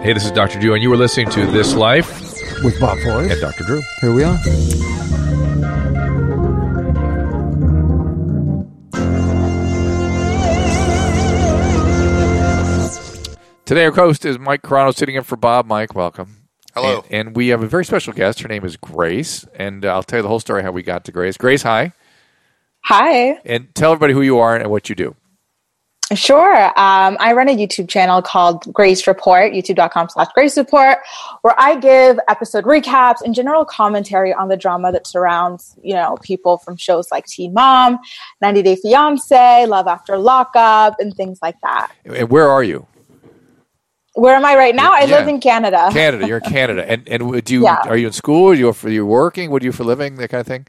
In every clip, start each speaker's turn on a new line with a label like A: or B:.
A: Hey, this is Dr. Drew, and you were listening to This Life
B: with Bob Forrest.
A: and Dr. Drew.
B: Here we are.
A: Today, our host is Mike Carano, sitting in for Bob. Mike, welcome.
C: Hello.
A: And, and we have a very special guest. Her name is Grace, and uh, I'll tell you the whole story how we got to Grace. Grace, hi,
D: Hi.
A: and tell everybody who you are and what you do.
D: Sure. Um, I run a YouTube channel called Grace Report, youtube.com slash Grace Report, where I give episode recaps and general commentary on the drama that surrounds, you know, people from shows like Teen Mom, 90 Day Fiance, Love After Lockup, and things like that.
A: And where are you?
D: Where am I right now? I
A: Yeah.
D: live in Canada.
A: Canada. You're in Canada, and and would you
D: Yeah.
A: are you in school? Are you for you working? What do you do for a living? That kind of thing.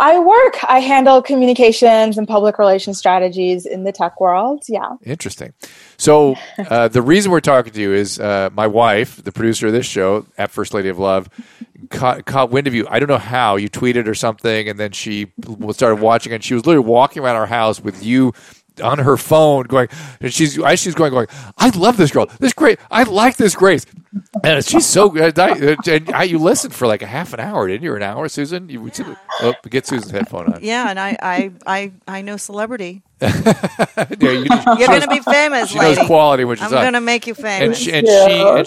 D: I work. I handle communications and public relations strategies in the tech world. Yeah.
A: Interesting. So uh, the reason we're talking to you is uh, my wife, the producer of this show, at First Lady of Love, caught, caught wind of you. I don't know how you tweeted or something, and then she started watching, and she was literally walking around our house with you on her phone, going, and she's as she's going, going, I love this girl. This great. I like this Grace. And she's so good. I- And I, you listened for like a half an hour, didn't you? Or an hour, Susan? You oh, get Susan's headphone on.
E: Yeah, and I, I, I, I know celebrity.
A: Yeah, you-
E: You're going to be famous,
A: she knows
E: lady.
A: quality when she's
E: I'm
A: on.
E: going to make you
A: and
E: famous.
A: she, and she, and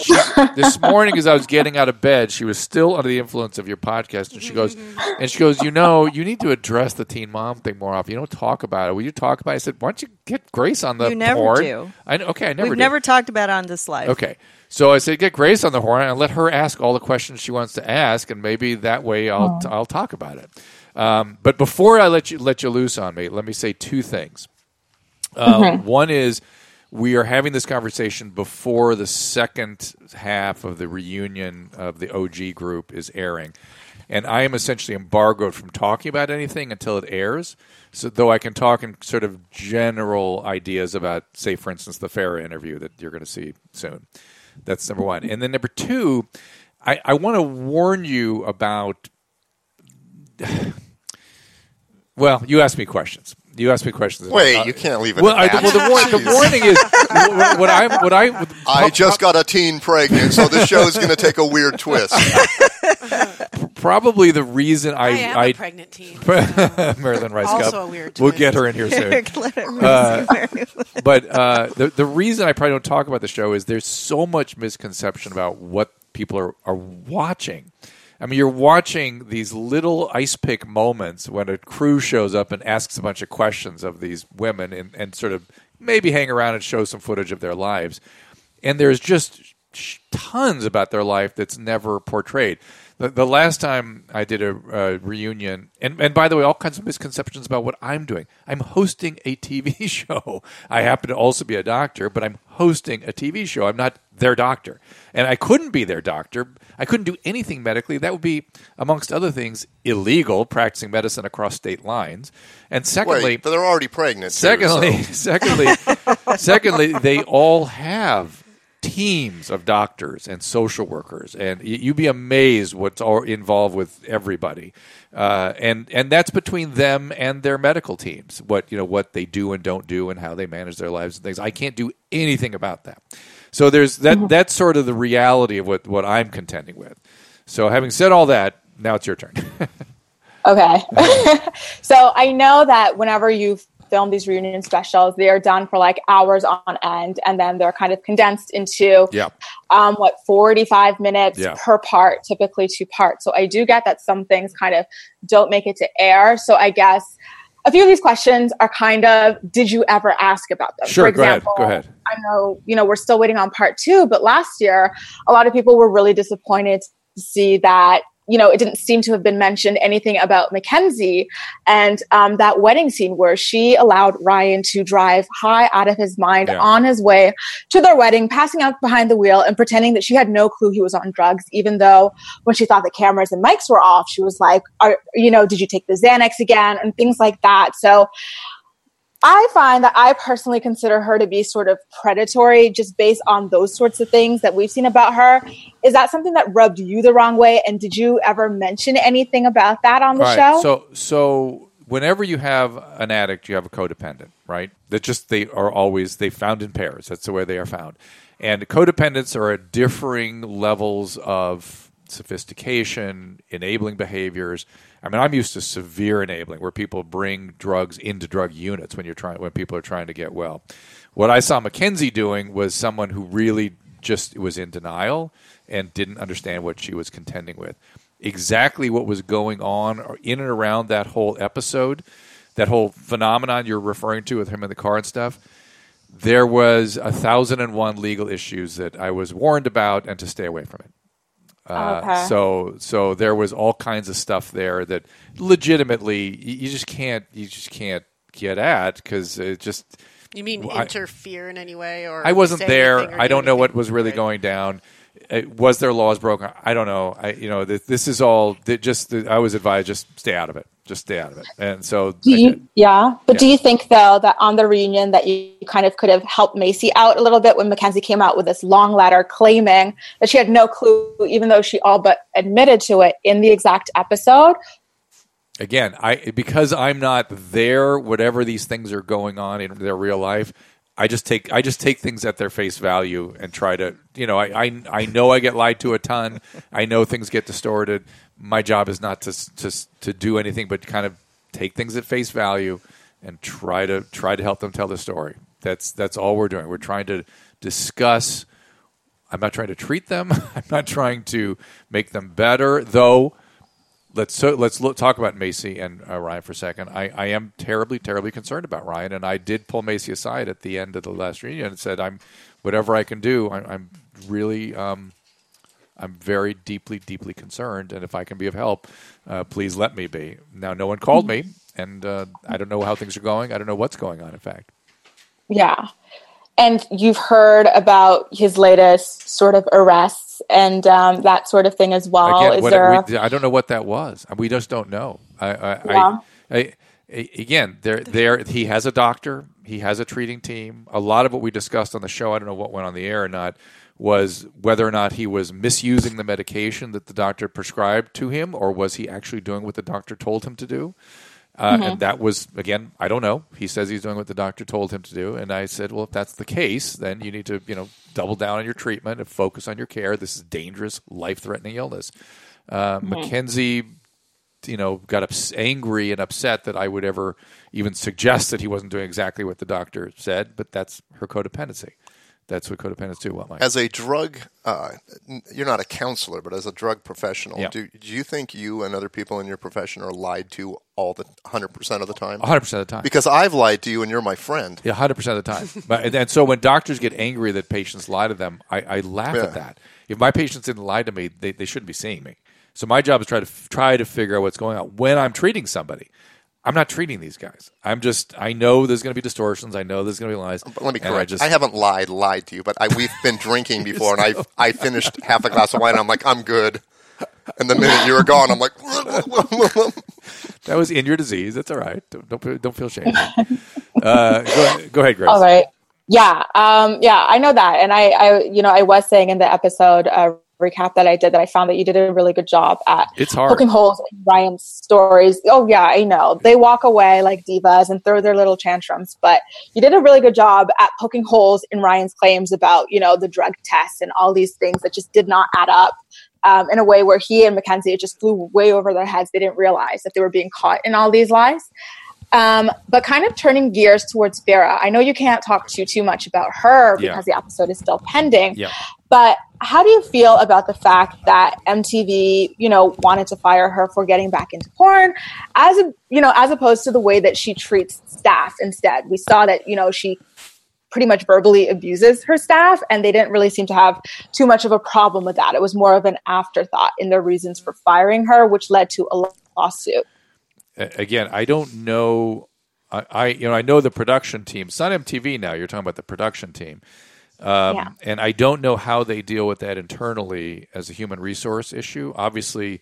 A: she this morning as I was getting out of bed, she was still under the influence of your podcast, and she goes, and she goes, you know, you need to address the teen mom thing more often. You don't talk about it. Will you talk about? it? I said, why don't you get Grace on the
E: You never
A: horn?
E: do.
A: I know- okay, I never
E: We've
A: do.
E: never talked about on this life.
A: Okay. So I said, get Grace on the horn and let her ask all the questions she wants to ask, and maybe that way I'll I'll talk about it. Um, but before I let you let you loose on me, let me say two things. Uh, One is we are having this conversation before the second half of the reunion of the OG group is airing. And I am essentially embargoed from talking about anything until it airs. So, though I can talk in sort of general ideas about, say, for instance, the Farah interview that you're going to see soon. That's number one. And then number two, I, I want to warn you about well, you asked me questions. You asked me questions.
C: Wait,
A: Uh,
C: you can't leave it
A: Well,
C: at
A: I, well
C: that.
A: the, warn, the
C: Jeez.
A: warning is what, what I what I
C: I just got a teen pregnant, so this show is going to take a weird twist.
A: probably the reason I
F: I am a
A: I,
F: pregnant teen.
A: Marilyn Rice
F: Also
A: Cup.
F: a weird
A: We'll
F: twist.
A: get her in here soon.
E: Let it rest.
A: Uh, but uh, the the reason I probably don't talk about the show is there's so much misconception about what people are are watching. I mean, you're watching these little ice pick moments when a crew shows up and asks a bunch of questions of these women and, and sort of maybe hang around and show some footage of their lives. And there's just sh- tons about their life that's never portrayed. The, the last time I did a uh, reunion, and, and by the way, all kinds of misconceptions about what I'm doing. I'm hosting a TV show. I happen to also be a doctor, but I'm hosting a TV show. I'm not their doctor. And I couldn't be their doctor. I couldn't do anything medically. That would be, amongst other things, illegal, practicing medicine across state lines. And secondly,
C: Wait, but they're already pregnant. too,
A: Secondly, secondly, secondly, they all have teams of doctors and social workers, and y- you'd be amazed what's all involved with everybody, uh, and and that's between them and their medical teams. What you know, what they do and don't do, and how they manage their lives and things. I can't do anything about that. So there's that. That's sort of the reality of what what I'm contending with. So having said all that, now it's your turn.
D: Okay.
A: Uh-huh.
D: so I know that whenever you film these reunion specials, they are done for like hours on end, and then they're kind of condensed into
A: yeah.
D: um, what 45 minutes
A: Yeah.
D: per part, typically two parts. So I do get that some things kind of don't make it to air. So I guess a few of these questions are kind of did you ever ask about them?
A: Sure.
D: For
A: go ahead.
D: example,
A: Go ahead.
D: I know, you know, we're still waiting on part two, but last year, a lot of people were really disappointed to see that you know, it didn't seem to have been mentioned anything about Mackenzie and um, that wedding scene where she allowed Ryan to drive high out of his mind
A: Yeah.
D: on his way to their wedding, passing out behind the wheel and pretending that she had no clue he was on drugs, even though when she thought the cameras and mics were off, she was like, Are, you know, did you take the Xanax again? And things like that. So, I find that I personally consider her to be sort of predatory just based on those sorts of things that we've seen about her. Is that something that rubbed you the wrong way? And did you ever mention anything about that on the
A: Right.
D: show?
A: So so whenever you have an addict, you have a codependent, right? That just they are always they found in pairs. That's the way they are found. And codependents are at differing levels of sophistication, enabling behaviors. I mean, I'm used to severe enabling where people bring drugs into drug units when you're trying when people are trying to get well. What I saw Mackenzie doing was someone who really just was in denial and didn't understand what she was contending with. Exactly what was going on or in and around that whole episode, that whole phenomenon you're referring to with him in the car and stuff. There was a thousand and one legal issues that I was warned about and to stay away from it. Uh,
D: Okay.
A: So, so there was all kinds of stuff there that legitimately you, you just can't, you just can't get at because it just
B: You mean
A: Well, I-
B: interfere in any way, or
A: I wasn't
B: say anything
A: there.
B: or do
A: I don't know what
B: anything?
A: was really
B: Right.
A: going down. Uh, was there laws broken? I don't know. I you know th- this is all th- just th- I was advised just stay out of it. Just stay out of it. And so
D: do
A: I
D: you,
A: did.
D: yeah. But do
A: Yeah.
D: you think though that on the reunion that you kind of could have helped Macy out a little bit when Mackenzie came out with this long letter claiming that she had no clue, even though she all but admitted to it in the exact episode?
A: again, I because I'm not there. Whatever these things are going on in their real life, I just take I just take things at their face value and try to you know I I, I know I get lied to a ton. I know things get distorted. My job is not to s- to s- to do anything but kind of take things at face value and try to try to help them tell the story. That's that's all we're doing. We're trying to discuss. I'm not trying to treat them. I'm not trying to make them better, though let's so let's look, talk about Macy and uh, Ryan for a second. I, I am terribly terribly concerned about Ryan, and I did pull Macy aside at the end of the last reunion and said, "I'm whatever I can do. I'm, I'm really." Um, I'm very deeply, deeply concerned, and if I can be of help, uh, please let me be. Now, no one called me, and uh, I don't know how things are going. I don't know what's going on. In fact,
D: Yeah. And you've heard about his latest sort of arrests and um, that sort of thing as well.
A: Again,
D: Is
A: what-
D: there?
A: we- I don't know what that was. We just don't know. I, I,
D: Yeah.
A: I, I, again, there, there, he has a doctor. He has a treating team. A lot of what we discussed on the show, I don't know what went on the air or not, was whether or not he was misusing the medication that the doctor prescribed to him, or was he actually doing what the doctor told him to do. Uh, And that was, again, I don't know. He says he's doing what the doctor told him to do. And I said, well, if that's the case, then you need to, you know, double down on your treatment and focus on your care. This is dangerous, life threatening illness. Uh,
C: Hmm.
A: Mackenzie, you know, got ups- angry and upset that I would ever even suggest that he wasn't doing exactly what the doctor said, but that's her codependency. That's what codependents do. What, Mike?
C: As a drug, uh, n- you're not a counselor, but as a drug professional,
A: Yeah.
C: do, do you think you and other people in your profession are lied to all the 100% of the time?
A: 100% of the time.
C: Because I've lied to you and you're my friend.
A: Yeah, hundred percent of the time. but, and, and so when doctors get angry that patients lie to them, I, I laugh
C: Yeah.
A: at that. If my patients didn't lie to me, they, they shouldn't be seeing me. So my job is try to f- try to figure out what's going on when I'm treating somebody. I'm not treating these guys. I'm just. I know there's going to be distortions. I know there's going to be lies.
C: But let me
A: and I
C: correct. I,
A: just-
C: haven't lied, lied to you, but I, we've been drinking before, and I I finished half a glass of wine. and I'm like, I'm good. And the minute you were gone, I'm like,
A: that was in your disease. That's all right. Don't don't, don't feel shame. uh, go, go ahead, Grace.
D: All right. Yeah. Um, yeah, I know that. And I, I, you know, I was saying in the episode uh, recap that I did that I found that you did a really good job at
A: It's hard.
D: poking holes in Ryan's stories. Oh yeah, I know. They walk away like divas and throw their little tantrums, but you did a really good job at poking holes in Ryan's claims about, you know, the drug tests and all these things that just did not add up. Um, in a way where he and Mackenzie it just flew way over their heads. They didn't realize that they were being caught in all these lies. Um, but kind of turning gears towards Vera, I know you can't talk too too much about her
A: Yeah.
D: because the episode is still pending.
A: Yeah.
D: But how do you feel about the fact that MTV, you know, wanted to fire her for getting back into porn, as a, you know, as opposed to the way that she treats staff instead? We saw that you know she pretty much verbally abuses her staff, and they didn't really seem to have too much of a problem with that. It was more of an afterthought in their reasons for firing her, which led to a lawsuit.
A: A- Again, I don't know. I, I you know I know the production team. It's not MTV now. You're talking about the production team. Um,
D: Yeah.
A: And I don't know how they deal with that internally as a human resource issue. Obviously,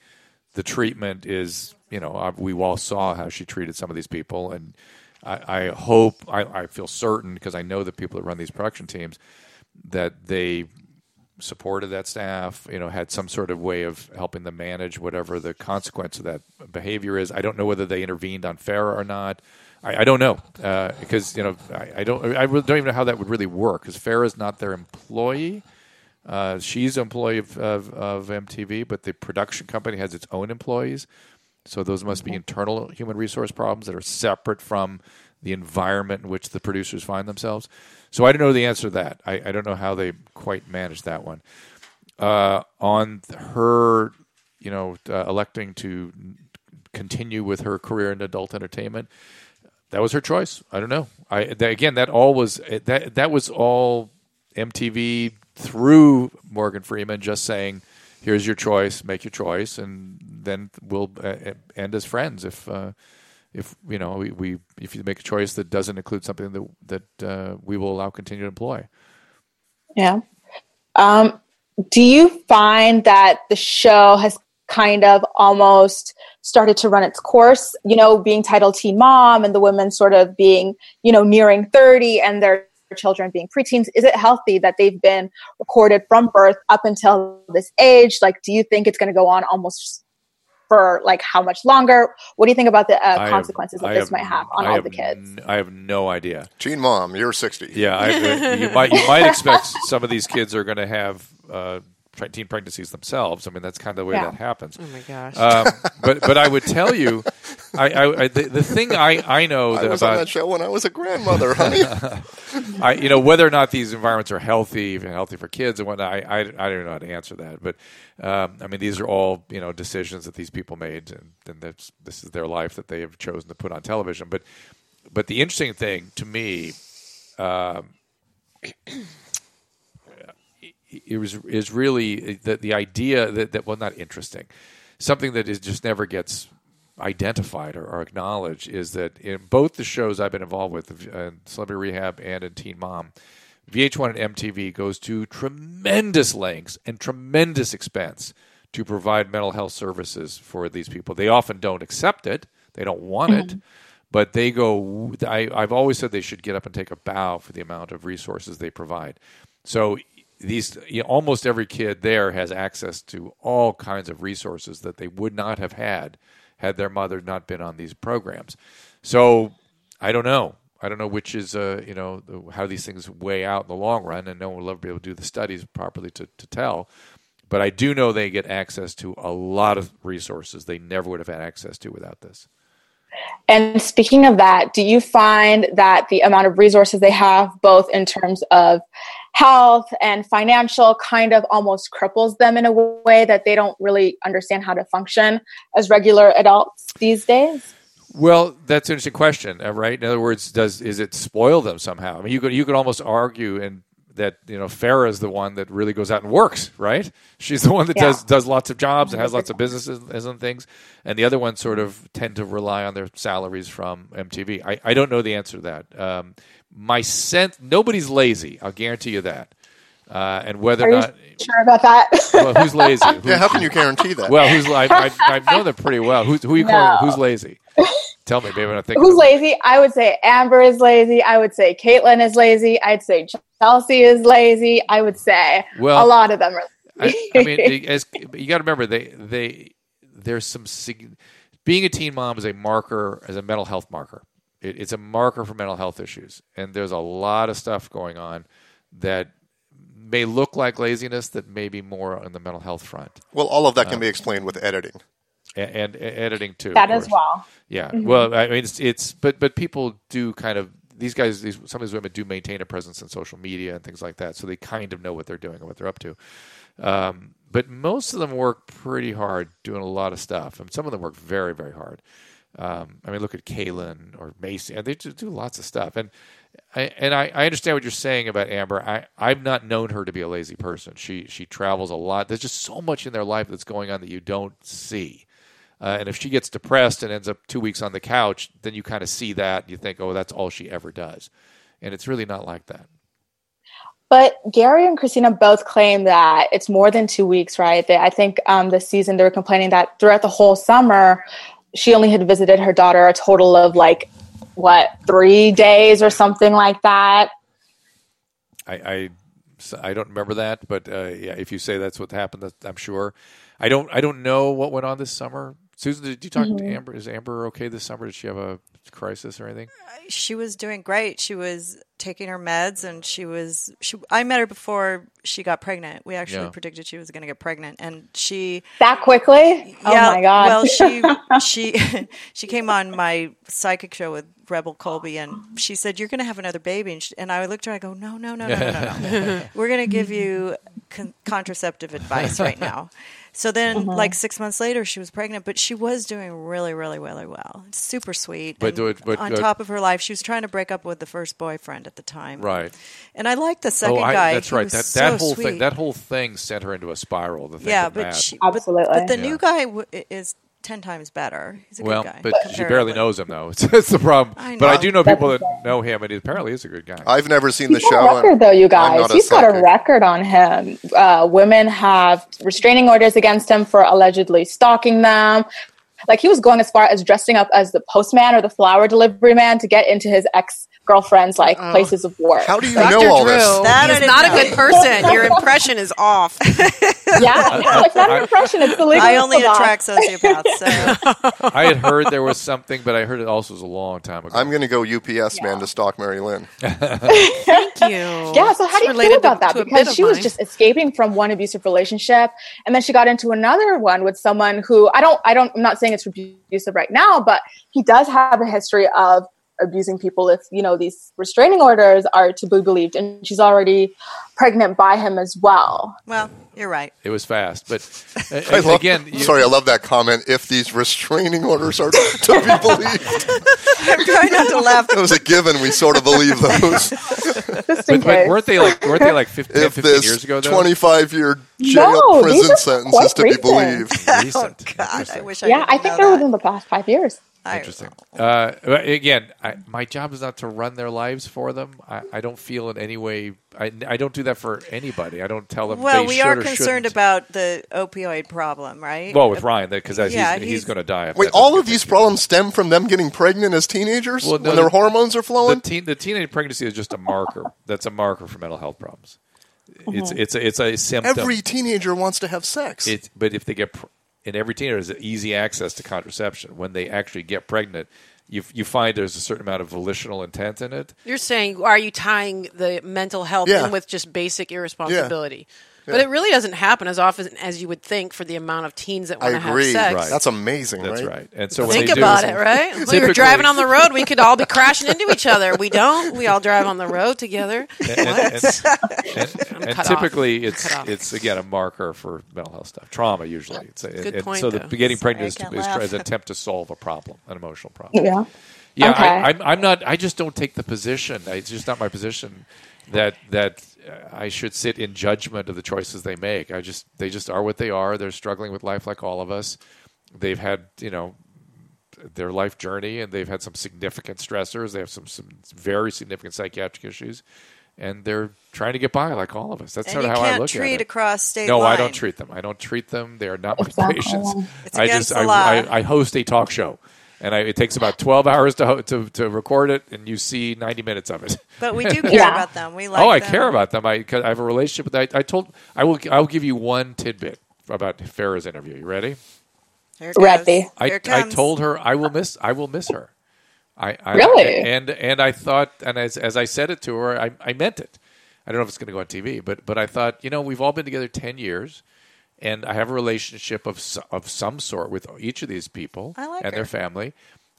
A: the treatment is, you know, uh, we all saw how she treated some of these people. And I, I hope, I, I feel certain, because I know the people that run these production teams, that they supported that staff, you know, had some sort of way of helping them manage whatever the consequence of that behavior is. I don't know whether they intervened on fair or not. I, I don't know uh, because you know I, I don't I really don't even know how that would really work because Farah is not their employee. Uh, she's an employee of, of, of MTV, but the production company has its own employees. So those must be internal human resource problems that are separate from the environment in which the producers find themselves. So I don't know the answer to that. I, I don't know how they quite manage that one. Uh, on th- her, you know, uh, electing to continue with her career in adult entertainment, that was her choice. I don't know. I that, again, that all was that that was all MTV through Morgan Freeman just saying, "Here's your choice. Make your choice, and then we'll uh, end as friends if uh, if you know we, we if you make a choice that doesn't include something that that uh, we will allow continue to employ."
D: Yeah. Um, do you find that the show has kind of almost started to run its course? You know, being titled Teen Mom and the women sort of being, you know, nearing 30 and their children being preteens. Is it healthy that they've been recorded from birth up until this age? Like, do you think it's going to go on almost for like how much longer? What do you think about the
A: I
D: uh,
A: have-
D: consequences that
A: I
D: this
A: have-
D: might have on
A: I
D: all
A: have
D: the kids?
A: n- I have no idea.
C: Gene Mom, you're 60.
A: Yeah, I, uh, you might you might expect some of these kids are going to have uh, pre- teen pregnancies themselves. I mean, that's kind of the way
D: Yeah.
A: that happens.
B: Mm-hmm.
E: Oh my gosh.
A: Um, but but I would tell you, I, I, I the, the thing I I know
C: I
A: that
C: was on that
A: about
C: show when I was a grandmother, honey.
A: I you know whether or not these environments are healthy even healthy for kids and whatnot. I I, I don't know how to answer that, but um, I mean these are all you know decisions that these people made, and, and that's, this is their life that they have chosen to put on television. But but the interesting thing to me it was is really eh, the the idea that, that well not interesting something that is just never gets identified or, or acknowledged is that in both the shows I've been involved with uh, Celebrity Rehab and in Teen Mom VH1 and MTV goes to tremendous lengths and tremendous expense to provide mental health services for these people they often don't accept it they don't want it but they go I, i've always said they should get up and take a bow for the amount of resources they provide so these you know, almost every kid there has access to all kinds of resources that they would not have had had their mother not been on these programs so i don't know i don't know which is uh, you know the- how these things weigh out in the long run and no one will ever be able to do the studies properly to, to tell but i do know they get access to a lot of resources they never would have had access to without this
D: And speaking of that, do you find that the amount of resources they have, both in terms of health and financial, kind of almost cripples them in a way that they don't really understand how to function as regular adults these days?
A: Well, that's an interesting question, uh, right? In other words, does is it spoil them somehow? I mean, you could you could almost argue and that you know Farah is the one that really goes out and works, right? She's the one that
D: Yeah.
A: does does lots of jobs and has lots of businesses and things, and the other ones sort of tend to rely on their salaries from MTV. I, I don't know the answer to that. Um, my sense, nobody's lazy. I'll guarantee you that. Uh, and whether
D: Are
A: or
D: you
A: not,
D: sure about that?
A: well, who's lazy? Who-
C: yeah, how can you guarantee that?
A: well, who's I, I, I know them pretty well. Who's, who are you calling?
D: No.
A: Who's lazy? Tell me, baby. When I think
D: Who's lazy? I would say Amber is lazy. I would say Caitlin is lazy. I'd say Chelsea is lazy. I would say
A: Well,
D: a lot of them are
A: I,
D: lazy.
A: I mean, it- as, you got to remember they they there's some sig- being a teen mom is a marker as a mental health marker. It, it's a marker for mental health issues, and there's a lot of stuff going on that may look like laziness that may be more on the mental health front
C: Well, all of that can be explained with editing.
A: A- and, and editing too. of
D: that as
A: course.
D: well.
A: Yeah. Well, I mean, it's, it's but but people do kind of these guys. These some of these women do maintain a presence in social media and things like that, so they kind of know what they're doing and what they're up to. Um, but most of them work pretty hard, doing a lot of stuff, and some of them work very very hard. Um, I mean, look at Kalen or Macy. and They just do lots of stuff, and I, and I, I understand what you're saying about Amber. I, I've not known her to be a lazy person. She she travels a lot. There's just so much in their life that's going on that you don't see. Uh, and if she gets depressed and ends up two weeks on the couch, then you kind of see that. And you think, oh, that's all she ever does. And it's really not like that.
D: But Gary and Christina both claim that it's more than two weeks, right? They, I think um, this season they were complaining that throughout the whole summer, she only had visited her daughter a total of like, what, three days or something like that.
A: I, I, so I don't remember that, but uh, yeah, if you say that's what happened, that, I'm sure. I don't. I don't know what went on this summer. Susan, did you talk to
E: Mm-hmm.
A: Amber? Is Amber okay this summer? Did she have a crisis or anything?
E: she was doing great. She was taking her meds, and she was she. I met her before she got pregnant. We actually
A: Yeah.
E: predicted she was going to get pregnant, and she.
D: That quickly? oh my God.
E: Well, she she she came on my psychic show with Rebel Colby, and she said, "You're going to have another baby," and, she, and I looked at her. I go, "No, no, no, no, no, no. no. We're going to give you con- contraceptive advice right now." So then,
D: Mm-hmm.
E: like six months later, she was pregnant, but she was doing really, really, really well. Super sweet.
A: But
E: and
A: do it- but,
E: on
A: uh,
E: top of her life, she was trying to break up with the first boyfriend at the time.
A: Right.
E: And I liked the second
A: oh, I,
E: guy.
A: that's
E: He
A: right.
E: was
A: That
E: so
A: that whole thing.
E: sweet
A: That whole thing sent her into a spiral. The thing
E: yeah,
A: with
E: but
A: Matt.
E: she but-
D: Absolutely.
E: But, the
A: Yeah.
E: new guy w- i- is ten times better. He's a
A: well,
E: good guy.
A: but she
E: comparatively.
A: barely knows him though. It's, that's the problem.
E: I
A: But I
E: know.
A: do know people that know him, and he apparently is a good guy.
C: I've never seen the
D: He's got
C: show.
D: a record,
C: and
D: though, you
C: I'm
D: guys.
C: not a
D: He's got a
C: psychic.
D: record on him. Uh, women have restraining orders against him for allegedly stalking them. Like he was going as far as dressing up as the postman or the flower delivery man to get into his ex girlfriend's like places of work.
C: How do you
B: Dr.
C: know all
B: Drew,
C: this?
E: That I
B: he's
E: didn't
B: not
E: know.
B: a good person. Your impression is off.
D: yeah, no, it's not an impression. It's the legal.
E: I only
D: savant.
E: attract sociopaths. So
A: I had heard there was something, but I heard it also was a long time ago.
C: I'm going to go UPS man to stalk Mary Lynn.
B: Thank you.
D: Yeah, so how do
B: It's
D: you feel
B: related to-
D: about that?
B: to a bit
D: Because
B: of
D: she was
B: mine.
D: just escaping from one abusive relationship, and then she got into another one with someone who I don't, I don't, I'm not saying it's abusive right now, but he does have a history of abusing people. If you know these restraining orders are to be believed, and she's already pregnant by him as well.
E: well, you're right.
A: It was fast, but uh,
C: I love,
A: again, you-
C: sorry, I love that comment. If these restraining orders are to be believed,
E: I'm trying not to laugh.
C: it was a given. We sort of believe
D: Just
C: those.
D: in
A: But, but
D: case.
A: weren't they like weren't they like 15,
C: If
A: 15
C: this
A: years ago though?
C: 25 year jail
D: No, these
C: prison
D: are
C: sentence
D: quite
C: is to be
D: recent.
C: believed.
A: Recent.
E: Oh, God, I
A: Interesting.
E: wish I.
D: yeah, I
E: didn't
D: think
E: know
D: they're
E: that.
D: within the past five years.
E: I-
A: Interesting. Uh, but again, I, my job is not to run their lives for them. I, I don't feel in any way. I, I don't do that for anybody. I don't tell them.
E: Well,
A: they
E: we
A: should
E: are
A: or
E: concerned
A: shouldn't.
E: about the opioid problem, right?
A: Well, with Ryan, because he's,
E: Yeah,
A: he's,
E: he's-
A: going to die. if
C: Wait,
A: that doesn't
C: all of
A: get
C: these
A: fixed.
C: problems stem from them getting pregnant as teenagers
A: Well, no,
C: when their
A: the-
C: hormones are
A: The,
C: flowing?
A: teen, the teenage pregnancy is just a marker. That's a marker for mental health problems. It's
E: Uh-huh.
A: it's a, it's a symptom.
C: Every teenager wants to have sex.
A: It, but if they get, pr- and every teenager has easy access to contraception. When they actually get pregnant, you you find there's a certain amount of volitional intent in it.
B: You're saying, are you tying the mental health
C: Yeah.
B: in with just basic irresponsibility? But it really doesn't happen as often as you would think for the amount of teens that
C: I
B: want to have
C: agree.
B: sex.
A: Right.
C: That's amazing,
A: That's
C: right?
A: right. And so when
B: Think
A: they do-
B: about it, right? If we were
A: Typically-
B: driving on the road, we could all be crashing into each other. We don't. We all drive on the road together.
A: And, and- and- and- and
B: cut off.
A: typically, it's
B: cut off.
A: it's again a marker for mental health stuff, trauma usually. It's a,
B: Good
A: and
B: point,
A: so the
B: though.
A: getting pregnant
E: Sorry, I
A: is, is,
E: can't
A: is an
E: laugh.
A: attempt to solve a problem, an emotional problem.
D: Yeah.
A: Yeah,
D: Okay.
A: I, I'm, I'm not. I just don't take the position. I- It's just not my position that that uh, I should sit in judgment of the choices they make. I just they just are what they are. They're struggling with life like all of us. They've had you know their life journey, and they've had some significant stressors. They have some some very significant psychiatric issues, and they're trying to get by like all of us. That's
E: And
A: sort
E: you
A: of how I
E: can't
A: look
E: treat
A: at it.
E: across state
A: No, I
E: line.
A: don't treat them. I don't treat them. They are not my
D: Exactly.
A: patients.
E: It's
A: I
E: against
A: just
E: the
A: I,
E: law.
A: I, I host a talk show, and I, it takes about twelve hours to, ho- to to record it, and you see ninety minutes of it.
E: But we do care
D: Yeah.
E: about them. We like.
A: oh, I
E: them.
A: care about them. I 'cause I have a relationship with. I, I told I will I will give you one tidbit about Farah's interview. You ready?
E: Here it goes.
D: Ready.
A: I,
E: Here it
A: I
E: comes.
A: told her I will miss I will miss her. I, I
D: Really?
A: and and I thought and as as I said it to her, I, I meant it. I don't know if it's going to go on TV, but but I thought you know we've all been together ten years, and I have a relationship of s- of some sort with each of these people
E: I like
A: and
E: her.
A: their family.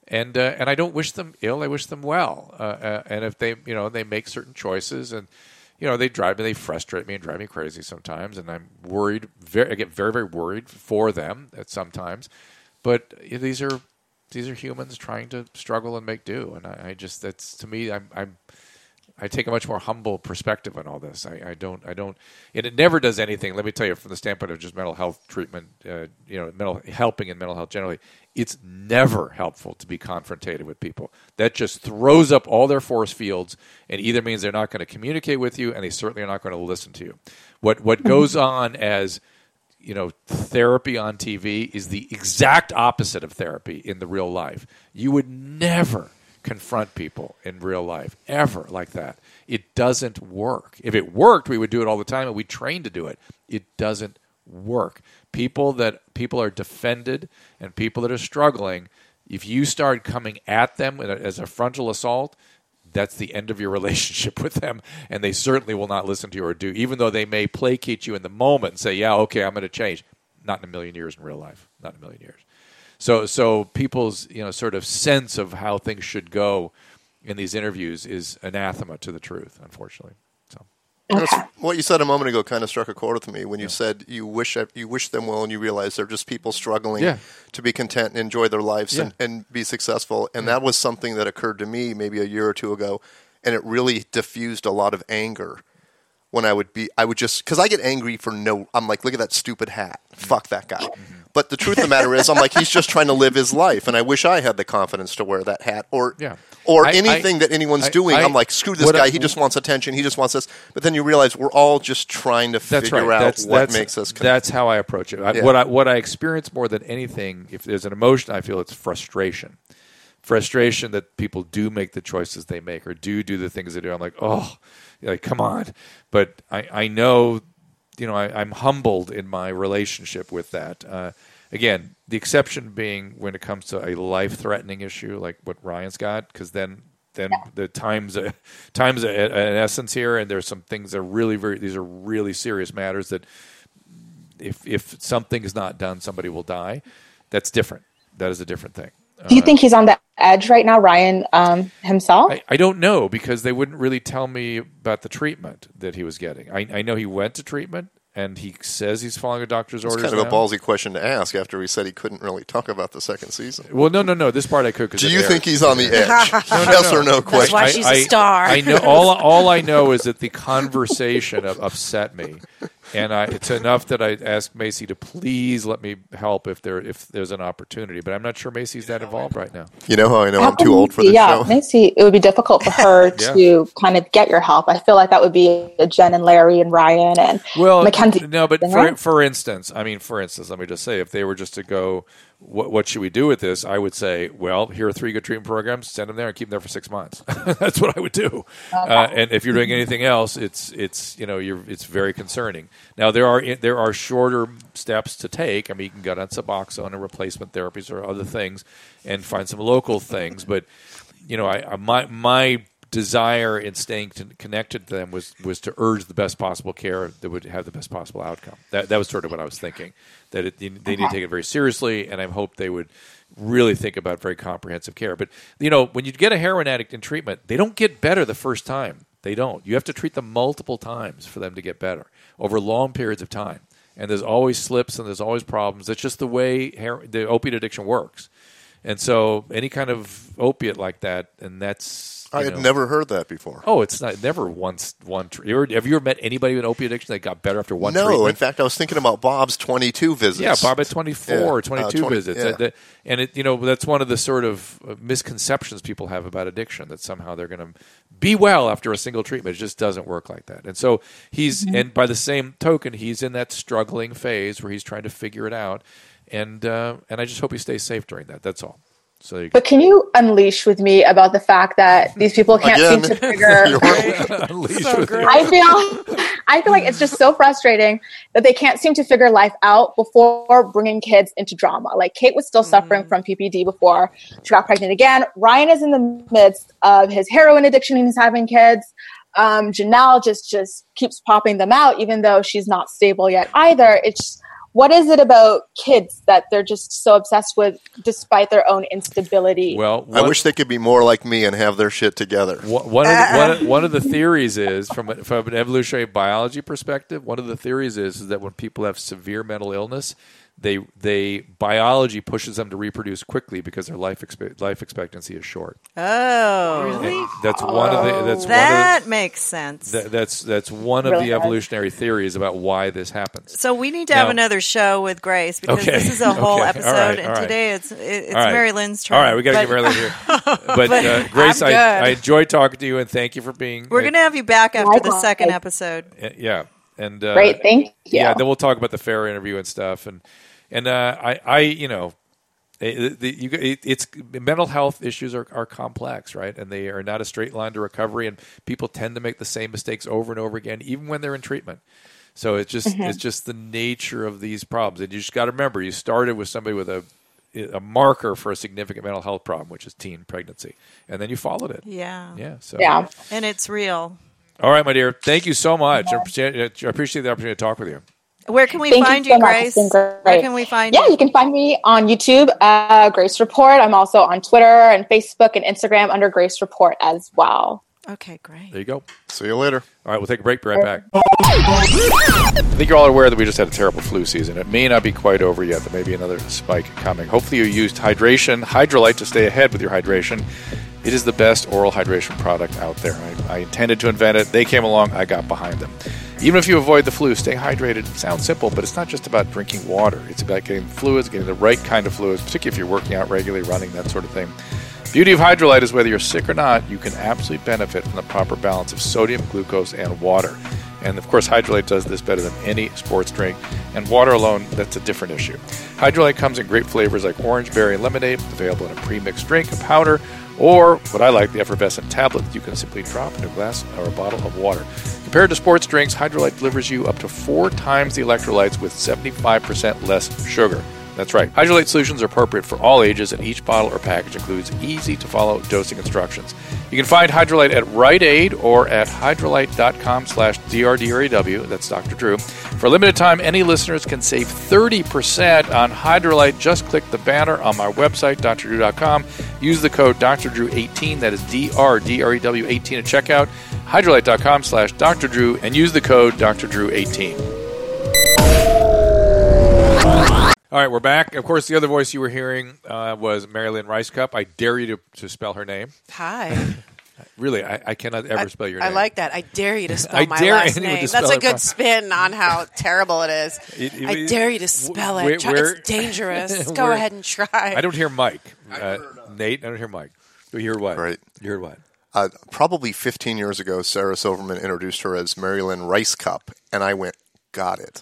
A: And uh, and I don't wish them ill. I wish them well. Uh, uh, and if they, you know, they make certain choices, and you know, they drive me, they frustrate me, and drive me crazy sometimes. And I'm worried. Very, I get very, very worried for them at sometimes. But these are these are humans trying to struggle and make do. And I, I just that's to me, I'm I'm I take a much more humble perspective on all this. I, I don't, I don't, and it never does anything. Let me tell you, from the standpoint of just mental health treatment, uh, you know, mental helping in mental health generally, it's never helpful to be confrontated with people. That just throws up all their force fields, and either means they're not going to communicate with you, and they certainly are not going to listen to you. What what goes on as you know, therapy on TV is the exact opposite of therapy in the real life. You would never confront people in real life ever like that. It doesn't work. If it worked, we would do it all the time and we train to do it. It doesn't work. People that people are defended and people that are struggling, if you start coming at them as a frontal assault, that's the end of your relationship with them and they certainly will not listen to you or do even though they may placate you in the moment and say yeah okay i'm going to change not in a million years in real life not in a million years so so people's you know sort of sense of how things should go in these interviews is anathema to the truth unfortunately so
C: okay. what you said a moment ago kind of struck a chord with me when you yeah. said you wish you wish them well and you realize they're just people struggling yeah. to be content and enjoy their lives yeah. and, and, be successful and that was something that occurred to me maybe a year or two ago and it really diffused a lot of anger when I would be I would just because I get angry for no I'm like look at that stupid hat mm-hmm. fuck that guy mm-hmm. But the truth of the matter is, I'm like, he's just trying to live his life, and I wish I had the confidence to wear that hat or yeah. or I, anything I, that anyone's I, doing. I, am like, screw this guy. I, he just wants attention. He just wants this. But then you realize we're all just trying to figure
A: right.
C: out
A: that's,
C: what
A: that's,
C: makes us.
A: Con- that's how I approach it. Yeah. What I what I experience more than anything, if there's an emotion, I feel it's frustration. Frustration that people do make the choices they make or do do the things they do. I'm like, oh, like come on. But I I know you know I, am humbled in my relationship with that. Uh, again, the exception being when it comes to a life-threatening issue like what Ryan's got, because then then the times a, times a, an essence here, and there's some things that are really very these are really serious matters that if if something is not done, somebody will die. That's different. That is a different thing.
D: Do you think he's on the edge right now, Ryan um, himself?
A: I, I, don't know because they wouldn't really tell me about the treatment that he was getting. I, I know he went to treatment and he says he's following a doctor's
C: it's
A: orders.
C: Kind of
A: now.
C: a ballsy question to ask after he said he couldn't really talk about the second season.
A: Well, no, no, no. This part I could.
C: Do you think he's on the edge? no, no, yes no. or no question.
E: That's why she's I, a star.
A: I, know all. All I know is that the conversation upset me, and I, it's enough that I asked Macy to please let me help if there if there's an opportunity. But I'm not sure Macy's that involved right now.
C: You know how I know how I'm too old for this
D: yeah,
C: show.
D: Macy, it would be difficult for her yeah. to kind of get your help. I feel like that would be Jen and Larry and Ryan and
A: well,
D: Mackenzie.
A: No, but for, for instance, I mean, for instance, let me just say, if they were just to go, what, what should we do with this? I would say, well, here are three good treatment programs. Send them there and keep them there for six months. That's what I would do. Okay. Uh, and if you're doing anything else, it's it's you know you're it's very concerning. Now there are there are shorter steps to take. I mean, you can get on Suboxone and replacement therapies or other things, and find some local things. But you know, I, I my my desire in staying connected to them was was to urge the best possible care that would have the best possible outcome. That that was sort of what I was thinking. That it, they need to take it very seriously, and I hope they would really think about very comprehensive care. But you know, when you get a heroin addict in treatment, they don't get better the first time. They don't. You have to treat them multiple times for them to get better over long periods of time. And there's always slips and there's always problems. That's just the way her- the opiate addiction works. And so any kind of opiate like that, and that's
C: I had
A: know.
C: never heard that before.
A: Oh, it's not never once one. Tre- have you ever met anybody with opiate addiction that got better after one?
C: No,
A: treatment?
C: in fact, I was thinking about Bob's twenty-two visits.
A: Yeah, Bob at twenty-four yeah. or twenty-two uh, 20, visits, yeah. that, and it, you know that's one of the sort of uh, misconceptions people have about addiction that somehow they're going to be well after a single treatment. It just doesn't work like that. And so he's, mm-hmm. and by the same token, he's in that struggling phase where he's trying to figure it out, and uh, and I just hope he stays safe during that. That's all. So
D: but can you unleash with me about the fact that these people can't Again. seem to figure? so I feel, I feel like it's just so frustrating that they can't seem to figure life out before bringing kids into drama. Like Kate was still mm. suffering from PPD before she got pregnant again. Ryan is in the midst of his heroin addiction and he's having kids. Um, Janelle just just keeps popping them out, even though she's not stable yet either. It's what is it about kids that they're just so obsessed with despite their own instability
A: well
C: one, i wish they could be more like me and have their shit together
A: one, one, of, the, one, one of the theories is from, a, from an evolutionary biology perspective one of the theories is, is that when people have severe mental illness they they biology pushes them to reproduce quickly because their life expe- life expectancy is short.
E: Oh,
A: And that's one of the that's
E: that
A: one of the,
E: makes sense.
A: that- that's that's one of
D: Really
A: the
D: does.
A: evolutionary theories about why this happens.
E: so we need to have
A: Now-
E: another show with Grace because
A: Okay.
E: this is a whole
A: Okay. All
E: episode,
A: right. All
E: and
A: right.
E: today it's it, it's
A: All right.
E: Mary Lynn's turn.
A: All right, we got to
E: But
A: get Mary Lynn here. But uh, Grace, I,
E: I'm good.
A: I enjoyed talking to you and thank you for being.
E: We're gonna have you back after the
D: Likewise.
E: second episode.
A: uh, yeah, and uh,
D: Great, thank you.
A: yeah. Then we'll talk about the fair interview and stuff, and and uh, I I you know. It, the, you, it, it's mental health issues are, are complex, right? And they are not a straight line to recovery. And people tend to make the same mistakes over and over again, even when they're in treatment. So it's just it's just the nature of these problems. And you just got to remember, you started with somebody with a a marker for a significant mental health problem, which is teen pregnancy, and then you followed it.
E: Yeah.
A: Yeah. So
D: Yeah.
E: and it's real.
A: All right, my dear. Thank you so much. I appreciate- I appreciate the opportunity to talk with you.
E: Where can we
D: Thank
E: find
D: you so much.
E: Grace?
D: It's been great.
E: Where can we find
D: yeah,
E: you?
D: you can find me on YouTube, uh, Grace Report. I'm also on Twitter and Facebook and Instagram under Grace Report as well.
E: Okay, great.
A: There you go.
C: See you later.
A: All right, we'll take a break. Be right back. I think you're all aware that we just had a terrible flu season. It may not be quite over yet. There may be another spike coming. Hopefully, you used hydration, Hydrolite, to stay ahead with your hydration. It is the best oral hydration product out there. I, I intended to invent it. They came along. I got behind them. Even if you avoid the flu, stay hydrated. Sounds simple, but it's not just about drinking water. It's about getting fluids, getting the right kind of fluids, particularly if you're working out regularly, running, that sort of thing. Beauty of Hydrolite is whether you're sick or not, you can absolutely benefit from the proper balance of sodium, glucose, and water. And of course, Hydrolite does this better than any sports drink. And water alone, that's a different issue. Hydrolite comes in great flavors like orange berry and lemonade, available in a pre mixed drink, a powder, or what I like, the effervescent tablet that you can simply drop into a glass or a bottle of water. Compared to sports drinks, Hydrolite delivers you up to four times the electrolytes with 75% less sugar. That's right. Hydrolate solutions are appropriate for all ages, and each bottle or package includes easy to follow dosing instructions. You can find Hydrolite at Rite Aid or at hydrolite.com slash DRDREW. That's Dr. Drew. For a limited time, any listeners can save 30% on Hydrolite. Just click the banner on my website, drdrew.com. Use the code DrDrew18, that is DRDREW18 at checkout, hydrolite.com slash drdrew, and use the code DrDrew18. All right, we're back. Of course, the other voice you were hearing uh, was Marilyn Rice Cup. I dare you to, to spell her name.
B: Hi.
A: Really, I, I cannot ever
B: I-
A: spell your
B: I
A: name.
B: like that. I dare you to spell
A: I
B: my
A: dare
B: last
A: anyone to
B: name.
A: spell
B: That's a
A: it
B: good
A: wrong.
B: spin on how terrible it is.
A: It- it-
B: I dare you to spell
A: Where-
B: it. Try,
A: where-
B: it's dangerous. Go
A: where-
B: ahead and try.
A: I don't hear Mike. Uh, Nate, I don't hear Mike. You hear what?
C: Right.
A: You hear what?
C: Uh, probably 15 years ago, Sarah Silverman introduced her as Marilyn Rice Cup, and I went, got it.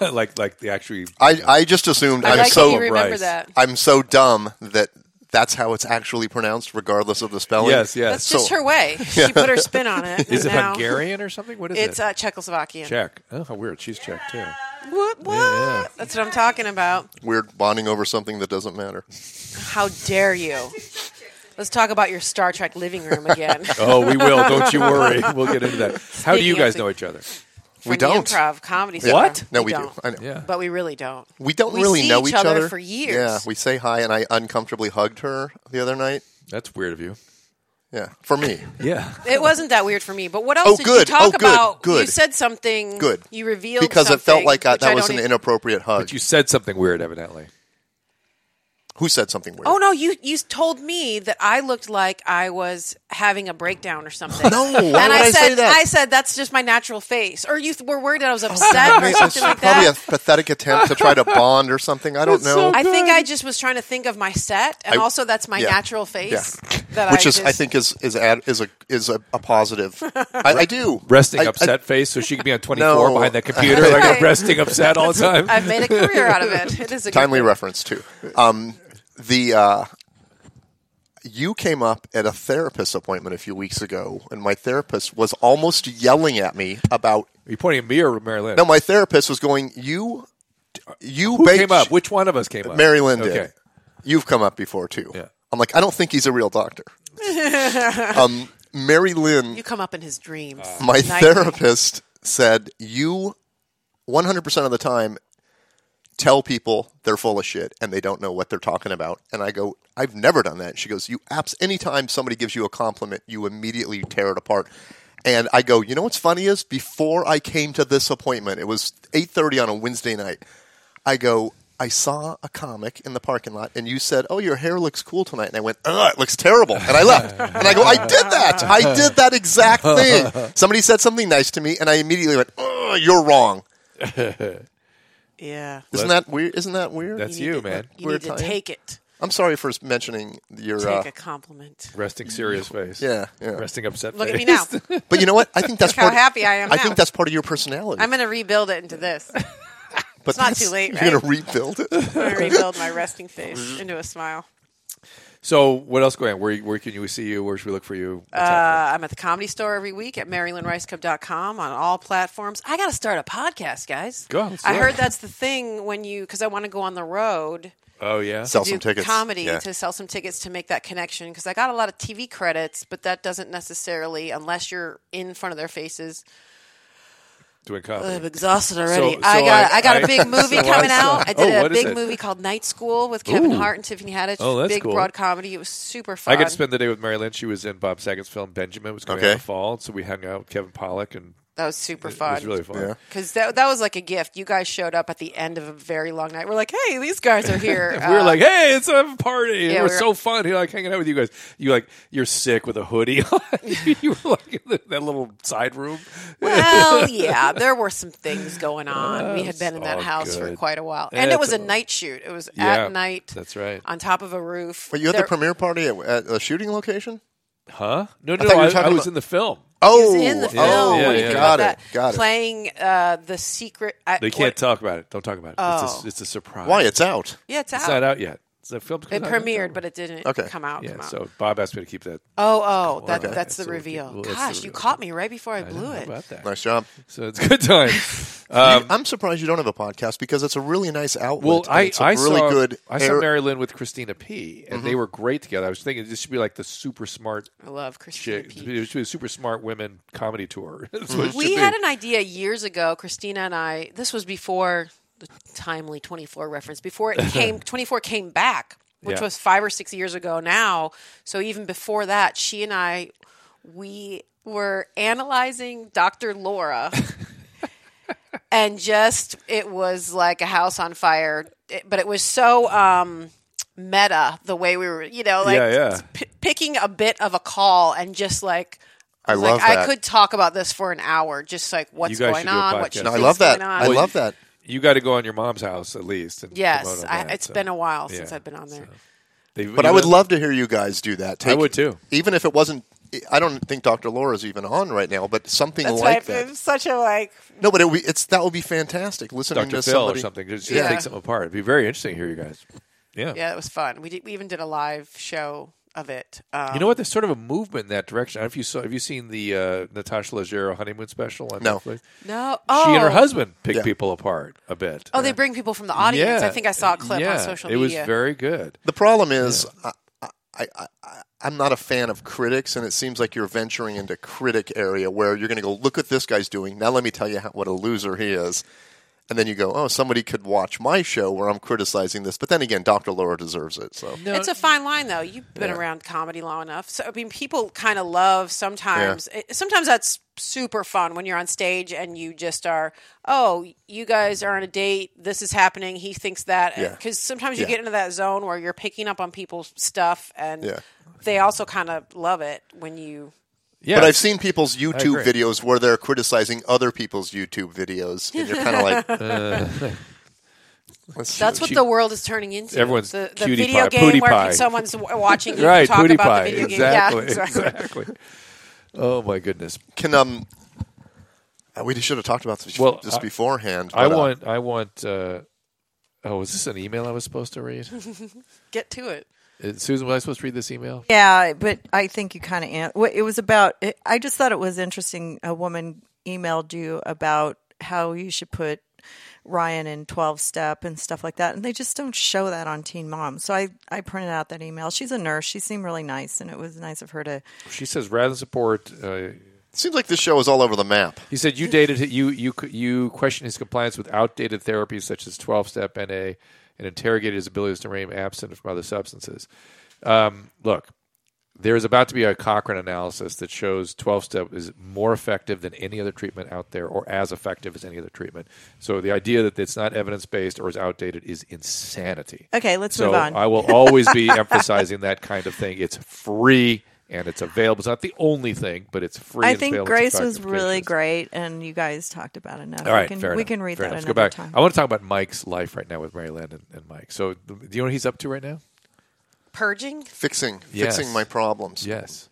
A: like, like the actually.
C: I, I just assumed
B: I
C: am
B: like
C: so
B: that you remember
A: rice.
B: that.
C: I'm so dumb that that's how it's actually pronounced, regardless of the spelling.
A: Yes, yes.
B: That's
C: So-
B: just her way. She put her spin on it.
A: Is it
B: Now,
A: Hungarian or something? What is
B: It's
A: it?
B: uh, Czechoslovakian.
A: Czech. Oh, how weird. She's Czech too.
B: What? What?
A: Yeah.
B: That's what I'm talking about.
C: Weird bonding over something that doesn't matter.
B: How dare you? Let's talk about your Star Trek living room again.
A: Oh, we will. Don't you worry. We'll get into that. How do you
B: Speaking
A: guys
B: of-
A: know each other?
C: we
B: From the
C: don't.
B: Improv comedy. Store.
A: What?
C: No, we, do.
B: don't.
C: I know.
A: Yeah.
B: But we really don't.
C: We don't
B: We
C: really
B: see
C: know
B: each
C: each,
B: other for years.
C: Yeah, we say hi, and I uncomfortably hugged her the other night.
A: That's weird of you.
C: Yeah, for me.
A: Yeah.
B: It wasn't that weird for me. But what else
C: Oh,
B: did you
C: good.
B: talk
C: Oh, good.
B: about?
C: Good.
B: You said something.
C: Good.
B: You revealed
C: because it felt
B: something,
C: like I,
B: which
C: that was
B: don't
C: an
B: e-
C: inappropriate hug.
A: But you said something weird, evidently.
C: Who said something weird?
B: Oh no! You you told me that I looked like I was having a breakdown or something.
C: No, why
B: and
C: would
B: I,
C: I
B: said
C: say that? Oh,
B: I said that's just my natural face. Or you th- were worried that I was upset
C: I
B: or
C: mean, it's
B: something like
C: probably
B: that.
C: a pathetic attempt to try to bond or something. I don't know.
B: I think I just was trying to think of my set, and
C: I-
B: also that's my
C: yeah.
B: natural face.
C: Yeah.
B: That
C: Which
B: I
C: is,
B: just,
C: I think, is is ad, is a is a, a positive. I, I do
A: Resting
C: I- I-
A: upset face, so she could be on 24
C: No.
A: behind that computer, like
B: Right.
A: resting upset all the time.
B: I've made a career out of it. It is a good
C: timely
B: thing.
C: reference too. Um, the uh, you came up at a therapist appointment a few weeks ago, and my therapist was almost yelling at me about.
A: Are you pointing at me or Marilyn?
C: No, my therapist was going, "You, you
A: Who
C: baked-
A: came up? Which one of us came up?
C: Mary Lynn did.
A: Okay.
C: You've come up before too.
A: Yeah.
C: I'm like, I don't think he's a real doctor. um, Mary Lynn,
B: You come up in his dreams.
C: my
B: Nightly.
C: therapist said, you 100% of the time tell people they're full of shit and they don't know what they're talking about. And I go, I've never done that. And she goes, you apps, anytime somebody gives you a compliment, you immediately tear it apart. And I go, you know what's funny is before I came to this appointment, it was 8.30 on a Wednesday night. I go, I saw a comic in the parking lot, and you said, "Oh, your hair looks cool tonight," and I went, "Ugh, it looks terrible," and I left. and I go, "I did that. I did that exact thing." Somebody said something nice to me, and I immediately went, "Ugh, you're wrong."
B: yeah.
C: Isn't that weird? Isn't that weird?
A: That's
B: need
A: you,
B: to-
A: man.
B: You
C: We're
B: need to
C: Italian.
B: take it.
C: I'm sorry for mentioning your.
B: Take
C: Uh,
B: a compliment.
A: Resting serious face.
C: yeah, yeah.
A: Resting upset
B: Look at
A: face.
B: me now.
C: But you know what? I think that's
B: How
C: part
B: happy I am.
C: I
B: now.
C: think that's part of your personality.
B: I'm going to rebuild it into this.
C: but
B: not
C: that's-
B: too late,
C: You're
B: right?
C: going to rebuild it.
B: I'm going to rebuild my resting face into a smile.
A: So what else going on? Where, where can we see you? Where should we look for you? What's happening?
B: Uh, I'm at the comedy store every week at MarylandRiceCup.com on all platforms. I got to start a podcast, guys.
A: Go, let's
B: I
A: do
B: heard
A: it.
B: that's the thing when you, because I want to go on the road.
A: Oh yeah.
C: Sell
B: to
C: some
B: do
C: tickets.
B: comedy
C: Yeah.
B: to sell some tickets to make that connection because I got a lot of TV credits, but that doesn't necessarily, unless you're in front of their faces.
A: Doing
B: I'm
A: comedy.
B: exhausted already.
A: so
B: I got I,
A: I-
B: got a
A: I-
B: big movie
A: so I
B: coming
A: saw-
B: out. I
A: Oh,
B: did a
A: what is
B: big
A: it?
B: movie called Night School with Kevin
A: Ooh.
B: Hart and Tiffany Haddish.
A: Oh, that's
B: big
A: cool.
B: broad comedy. It was super fun.
A: I got to spend the day with Mary Lynn. She was in Bob Saget's film Benjamin. was coming out
C: Okay.
A: in the fall, so we hung out with Kevin Pollock, and
B: that was super
A: it
B: fun.
A: was really fun.
C: Yeah.
B: Because that, that was like a gift. You guys showed up at the end of a very long night. We're like, hey, these guys are here.
A: we were
B: Uh,
A: like, "Hey, it's a party! and
B: yeah,
A: we're,
B: we were-
A: so fun! You know, like hanging out with you guys. You like, you're sick with a hoodie. on. you were like in the- that little side room.
B: well, yeah, there were some things going on. We had been in that
A: Oh, all
B: house for
A: good.
B: quite a while, and it
A: That's
B: was a
A: all-
B: night shoot. It was
A: Yeah,
B: at night.
A: that's right.
B: On top of a roof.
C: But you had
B: There-
C: the premiere party at, at a shooting location?
A: Huh? No, no,
C: thought
A: no.
C: you were
A: I,
C: talking
A: I was
C: about-
A: in the film.
B: He
C: Oh,
B: was in the film.
C: oh,
A: yeah,
B: What do you
A: yeah.
B: think
C: got
B: about
C: it,
B: that?
C: got it.
B: Playing uh, the secret. I,
A: They
B: what-
A: can't talk about it. Don't talk about it. It's,
B: Oh.
A: a, it's a surprise.
C: Why? It's out.
B: Yeah, it's
A: It's
B: out.
A: not out yet. The film
B: It premiered, but it didn't
C: Okay.
B: come out.
A: yeah.
B: come out.
A: So Bob asked me to keep that.
B: oh, oh, that,
A: Okay.
B: that's the
A: So we'll keep-
B: reveal.
A: well, that's the
B: Gosh, you
A: reveal.
B: caught me right before I
A: I didn't
B: blew
A: know
B: it.
A: about that.
C: Nice job.
A: So it's a good time. Um,
C: I'm surprised you don't have a podcast because it's a really nice outlet.
A: well,
C: and
A: I,
C: it's a
A: I
C: really
A: saw
C: good.
A: I saw
C: air- Mm-hmm.
A: Mary Lynn with Christina P. And they were great together. I was thinking this should be like the super smart
B: I love Christina
A: chick.
B: P. Mm-hmm.
A: It should be a super smart women comedy tour. That's what it
B: we
A: should
B: had
A: be.
B: an idea years ago christina and i this was before the timely 24 reference before it came 24 came back which
A: Yeah.
B: was five or six years ago now so even before that she and i we were analyzing dr laura and just it was like a house on fire It- but it was so um meta the way we were you know like
A: Yeah, yeah.
B: p- picking a bit of a call and just like
C: I
B: was like,
C: love
B: I
C: that.
B: could talk about this for an hour, just like what's
A: You guys
B: going
A: should do a
B: on, what
A: podcast.
B: you
C: No, I
B: think's
C: love that.
B: going on.
C: I love that.
A: you got to go on your mom's house at least. And
B: Yes,
A: promote
B: I,
A: on that,
B: it's
A: so.
B: been a while
A: Yeah,
B: since I've been on there.
A: They-
C: But
A: you
C: I would
A: know-
C: love to hear you guys do that. Take,
A: would too.
C: Even if it wasn't, I don't think Dr. Laura's even on right now, but something
B: That's
C: like
B: why
C: that.
B: I'm such a like.
C: No, but it, would be- it's that would be fantastic. Listening
A: Dr.
C: to
A: Phil
C: somebody.
A: or something. Just,
B: Yeah.
A: just take something apart. It'd be very interesting to hear you guys. Yeah.
B: Yeah, it was fun. We did, we even did a live show of it. Um,
A: You know what? There's sort of a movement in that direction. I don't know if you saw. Have you seen the uh, Natasha Leggero honeymoon special on
C: No.
A: Netflix?
B: No, oh,
A: She and her husband pick
C: Yeah.
A: people apart a bit.
B: Oh, they bring people from the audience. I think I saw a clip
A: yeah.
B: on social
A: It was
B: media.
A: very good.
C: The problem is, I, I, I, I, I'm not a fan of critics, and it seems like you're venturing into critic area where you're going to go, look what this guy's doing. Now let me tell you how, what a loser he is. And then you go, oh, somebody could watch my show where I'm criticizing this. But then again, Dr. Laura deserves it. So
B: It's a fine line, though. You've been around comedy long enough, so I mean, people kind of love sometimes. It, sometimes that's super fun when you're on stage and you just are. Oh, you guys are on a date. This is happening. He thinks that
C: Yeah.
B: because sometimes you
C: Yeah.
B: get into that zone where you're picking up on people's stuff, and
C: Yeah.
B: they also kind of love it when you.
A: Yeah,
C: But I've seen people's YouTube
A: agree.
C: videos where they're criticizing other people's YouTube videos, and you're kind of like, let's
B: That's
C: see.
B: what the world is turning into.
A: Everyone's
B: the, the
A: cutie
B: video
A: pie,
B: game
A: pootie
B: where
A: pie.
B: someone's w- watching you
A: right.
B: talk
A: Booty
B: about
A: pie.
B: the video
A: exactly.
B: game. Yeah, exactly.
A: exactly. Oh my goodness.
C: can um. uh, We should have talked about this,
A: Well,
C: this
A: I-
C: beforehand.
A: I
C: but, uh,
A: want. I want. Uh, oh, is this an email I was supposed to read?
B: Get to it.
A: Uh, Susan, was I supposed to read this email?
E: Yeah, but I think you kind of. an- what- It was about. It, I just thought it was interesting. A woman emailed you about how you should put Ryan in twelve step and stuff like that, and they just don't show that on Teen Mom. So I I printed out that email. She's a nurse. She seemed really nice, and it was nice of her to.
A: She says rather than support. Uh,
C: seems like this show is all over the map.
A: He said you dated you you you questioned his compliance with outdated therapies such as twelve step NA and interrogated his abilities to remain absent from other substances. Um, look, There is about to be a Cochrane analysis that shows 12 step is more effective than any other treatment out there or as effective as any other treatment. So the idea that it's not evidence based or is outdated is insanity.
E: Okay, let's
A: so
E: move on.
A: I will always be emphasizing that kind of thing. It's free and it's available. It's not the only thing, but it's free.
E: I
A: and
E: think
A: available. It's
E: Grace
A: a
E: was
A: fact of
E: really
A: patients.
E: great, and you guys talked about it enough.
A: All right,
E: we can,
A: fair
E: we
A: enough,
E: can read
A: fair
E: that
A: enough. Let's
E: another
A: go back.
E: time.
A: I want to talk about Mike's life right now with Mary Lynn and, and Mike. So, do you know what he's up to right now?
B: Purging.
C: Fixing,
A: Yes.
C: fixing my problems.
A: Yes.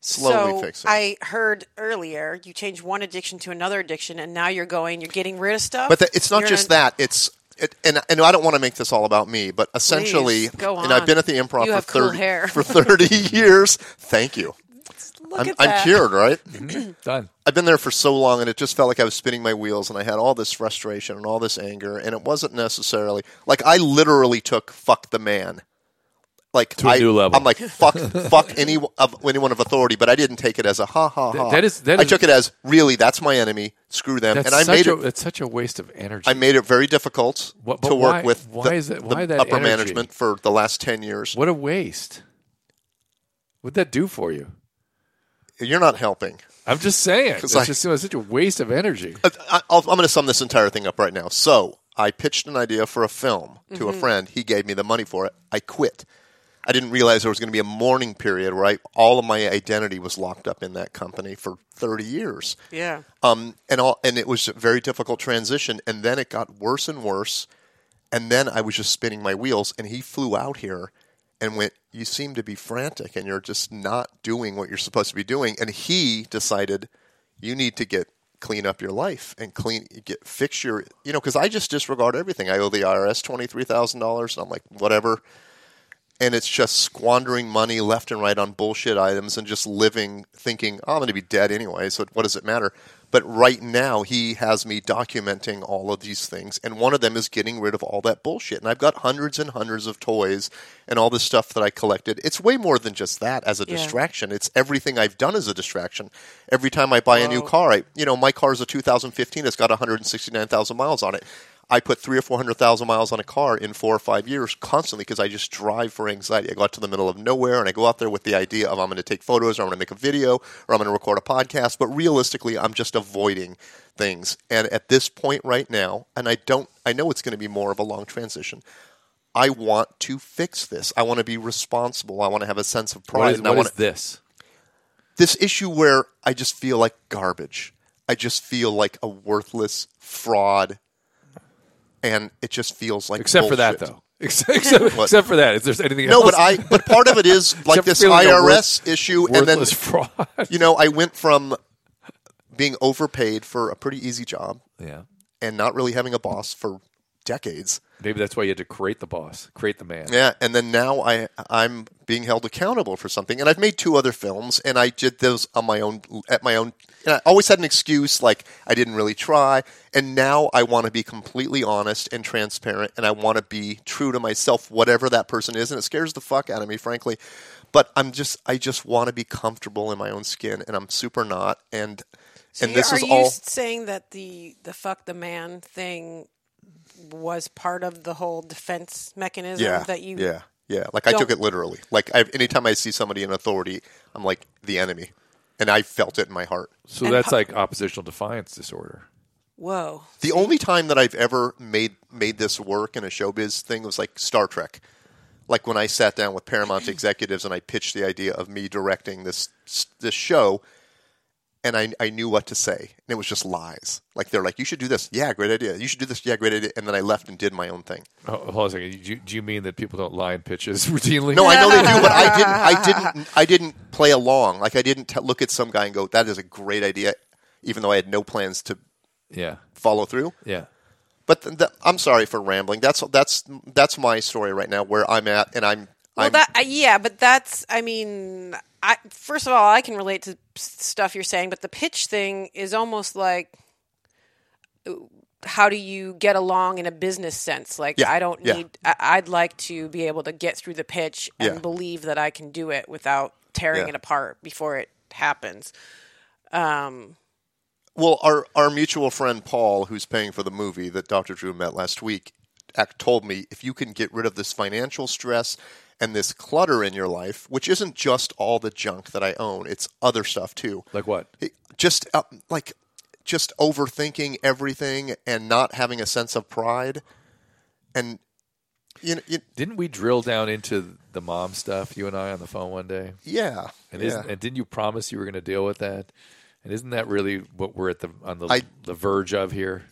C: Slowly
B: so
C: fixing.
B: I heard earlier you change one addiction to another addiction, and now you're going, you're getting rid of stuff.
C: But that, it's not
B: You're
C: just
B: in-
C: that. It's it, and and I don't want to make this all about me, but essentially,
B: Please, go
C: and I've
B: on.
C: been at the improv
B: You
C: for
B: have cool
C: thirty
B: hair.
C: for thirty years. Thank you.
B: Look
C: I'm,
B: at
C: I'm
B: that.
C: cured, right?
A: Done.
C: I've been there for so long, and it just felt like I was spinning my wheels, and I had all this frustration and all this anger, and it wasn't necessarily like I literally took "fuck the man," like
A: a
C: I-
A: new level.
C: I'm like "fuck, fuck any of anyone of authority," but I didn't take it as a ha ha ha.
A: that is- that
C: I
A: is-
C: took it as really that's my enemy. Screw them,
A: That's
C: Um, and I
A: such
C: made
A: a,
C: it.
A: It's such a waste of energy.
C: I made it very difficult
A: What- but
C: to work
A: why-
C: with
A: why
C: the,
A: is it-
C: the
A: why that
C: upper
A: energy?
C: management for the last ten years.
A: what a waste. What'd that do for you?
C: You're not helping.
A: I'm just saying. It's
C: I-
A: just it was such a waste of energy.
C: I, I'll, I'm going to sum this entire thing up right now. So I pitched an idea for a film to a friend. He gave me the money for it. I quit. I didn't realize there was going to be a mourning period where I, all of my identity was locked up in that company for 30 years.
B: Yeah.
C: Um, and all, and it was a very difficult transition. And then it got worse and worse. And then I was just spinning my wheels. And he flew out here and went, "You seem to be frantic, and you're just not doing what you're supposed to be doing." And he decided, "You need to get clean up your life and clean get fix your you know because I just disregard everything. I owe the IRS twenty three thousand dollars, and I'm like whatever." And it's just squandering money left and right on bullshit items and just living thinking, oh, I'm going to be dead anyway, so what does it matter? But right now, he has me documenting all of these things. And one of them is getting rid of all that bullshit. And I've got hundreds and hundreds of toys and all this stuff that I collected. It's way more than just that as a distraction. It's everything I've done as a distraction. Every time I buy a new car, I, you know, my car is a 2015, it's got 169,000 miles on it. I put three or four hundred thousand miles on a car in four or five years constantly because I just drive for anxiety. I go out to the middle of nowhere and I go out there with the idea of I'm going to take photos or I'm going to make a video or I'm going to record a podcast. But realistically, I'm just avoiding things. And at this point right now, and I don't, I know it's going to be more of a long transition. I want to fix this. I want to be responsible. I want to have a sense of pride.
A: What is,
C: and I
A: what
C: want
A: is this?
C: this issue where I just feel like garbage. I just feel like a worthless fraud, and it just feels like
A: Except for that,
C: bullshit.
A: though. Except, except,
C: What?
A: except for that. If there's anything
C: No,
A: else.
C: but I but part of it is like
A: Except
C: this
A: feeling a
C: IRS issue, and then
A: Worthless fraud.
C: you know I went from being overpaid for a pretty easy job
A: yeah.
C: and not really having a boss for decades.
A: Maybe that's why you had to create the boss, create the man.
C: Yeah, and then now I I'm being held accountable for something, and I've made two other films, and I did those on my own at my own. And I always had an excuse like I didn't really try, and now I want to be completely honest and transparent, and I want to be true to myself, whatever that person is, and it scares the fuck out of me, frankly. But I'm just I just want to be comfortable in my own skin, and I'm super not, and
B: So
C: and this
B: are
C: is
B: you
C: all.
B: saying that the the fuck the man thing was part of the whole defense mechanism
C: yeah,
B: that you
C: yeah, yeah. Like I
B: don't-
C: took it literally. Like I, anytime I see somebody in authority, I'm like the enemy, and I felt it in my heart.
A: So that's like oppositional defiance disorder.
B: whoa
C: The only time that I've ever made made this work in a showbiz thing was like Star Trek. Like when I sat down with Paramount executives and I pitched the idea of me directing this this show, and I, I knew what to say, and it was just lies. Like they're like, "You should do this, yeah, great idea. You should do this, yeah, great idea," and then I left and did my own thing.
A: Oh, hold on a second. Do you, do you mean that people don't lie in pitches routinely?
C: No, I know they do, but I didn't. I didn't. I didn't play along. Like I didn't t- look at some guy and go, "That is a great idea," even though I had no plans to
A: Yeah.
C: follow through.
A: Yeah.
C: But th- th- I'm sorry for rambling. That's that's that's my story right now, where I'm at, and I'm.
B: well
C: I'm
B: that uh, yeah but that's i mean i first of all i can relate to s- stuff you're saying but the pitch thing is almost like uh, how do you get along in a business sense like
C: Yeah,
B: i don't
C: yeah.
B: need I, i'd like to be able to get through the pitch and
C: Yeah.
B: believe that i can do it without tearing
C: Yeah.
B: it apart before it happens um
C: well, our our mutual friend Paul, who's paying for the movie that Dr. Drew met last week, act told me if you can get rid of this financial stress and this clutter in your life, which isn't just all the junk that I own, it's other stuff too.
A: Like what?
C: It- just uh, like just overthinking everything and not having a sense of pride and you, know, you
A: Didn't we drill down into the mom stuff, you and I, on the phone one day?
C: yeah,
A: And,
C: yeah.
A: isn't, and didn't you promise you were going to deal with that? And isn't that really what we're at the on the
C: I-
A: the verge of here?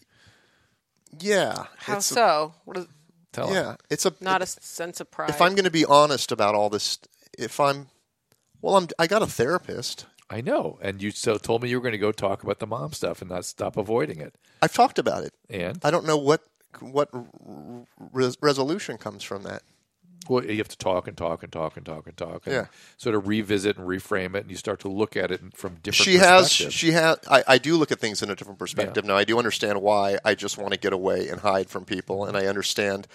C: yeah
B: How
C: it's a-
B: so? What is,
A: Tell
C: yeah it's a
B: not a sense of pride.
C: if I'm going to be honest about all this, if I'm, well, I'm, I got a therapist.
A: I know. And you so told me you were going to go talk about the mom stuff and not stop avoiding it.
C: I've talked about it.
A: And
C: I don't know what what res- resolution comes from that.
A: well, you have to talk and talk and talk and talk and talk and
C: Yeah.
A: sort of revisit and reframe it, and you start to look at it from different.
C: She has,
A: perspectives.
B: Uh,
C: she has. I, I do look at things in a different perspective now. I do understand why I just want to get away and hide from people, and I understand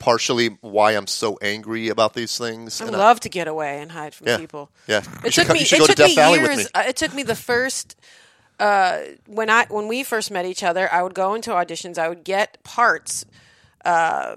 C: partially why I'm so angry about these things.
B: I
C: and uh,
B: love to get away and hide from
C: Yeah.
B: people.
C: Yeah. You
B: it
C: should
B: took
C: co-
B: me.
C: you
B: It
C: should go to
B: took
C: Death
B: me
C: Valley with
B: years.
C: me.
B: uh, It took me the first uh, when I when we first met each other. I would go into auditions. I would get parts. Uh,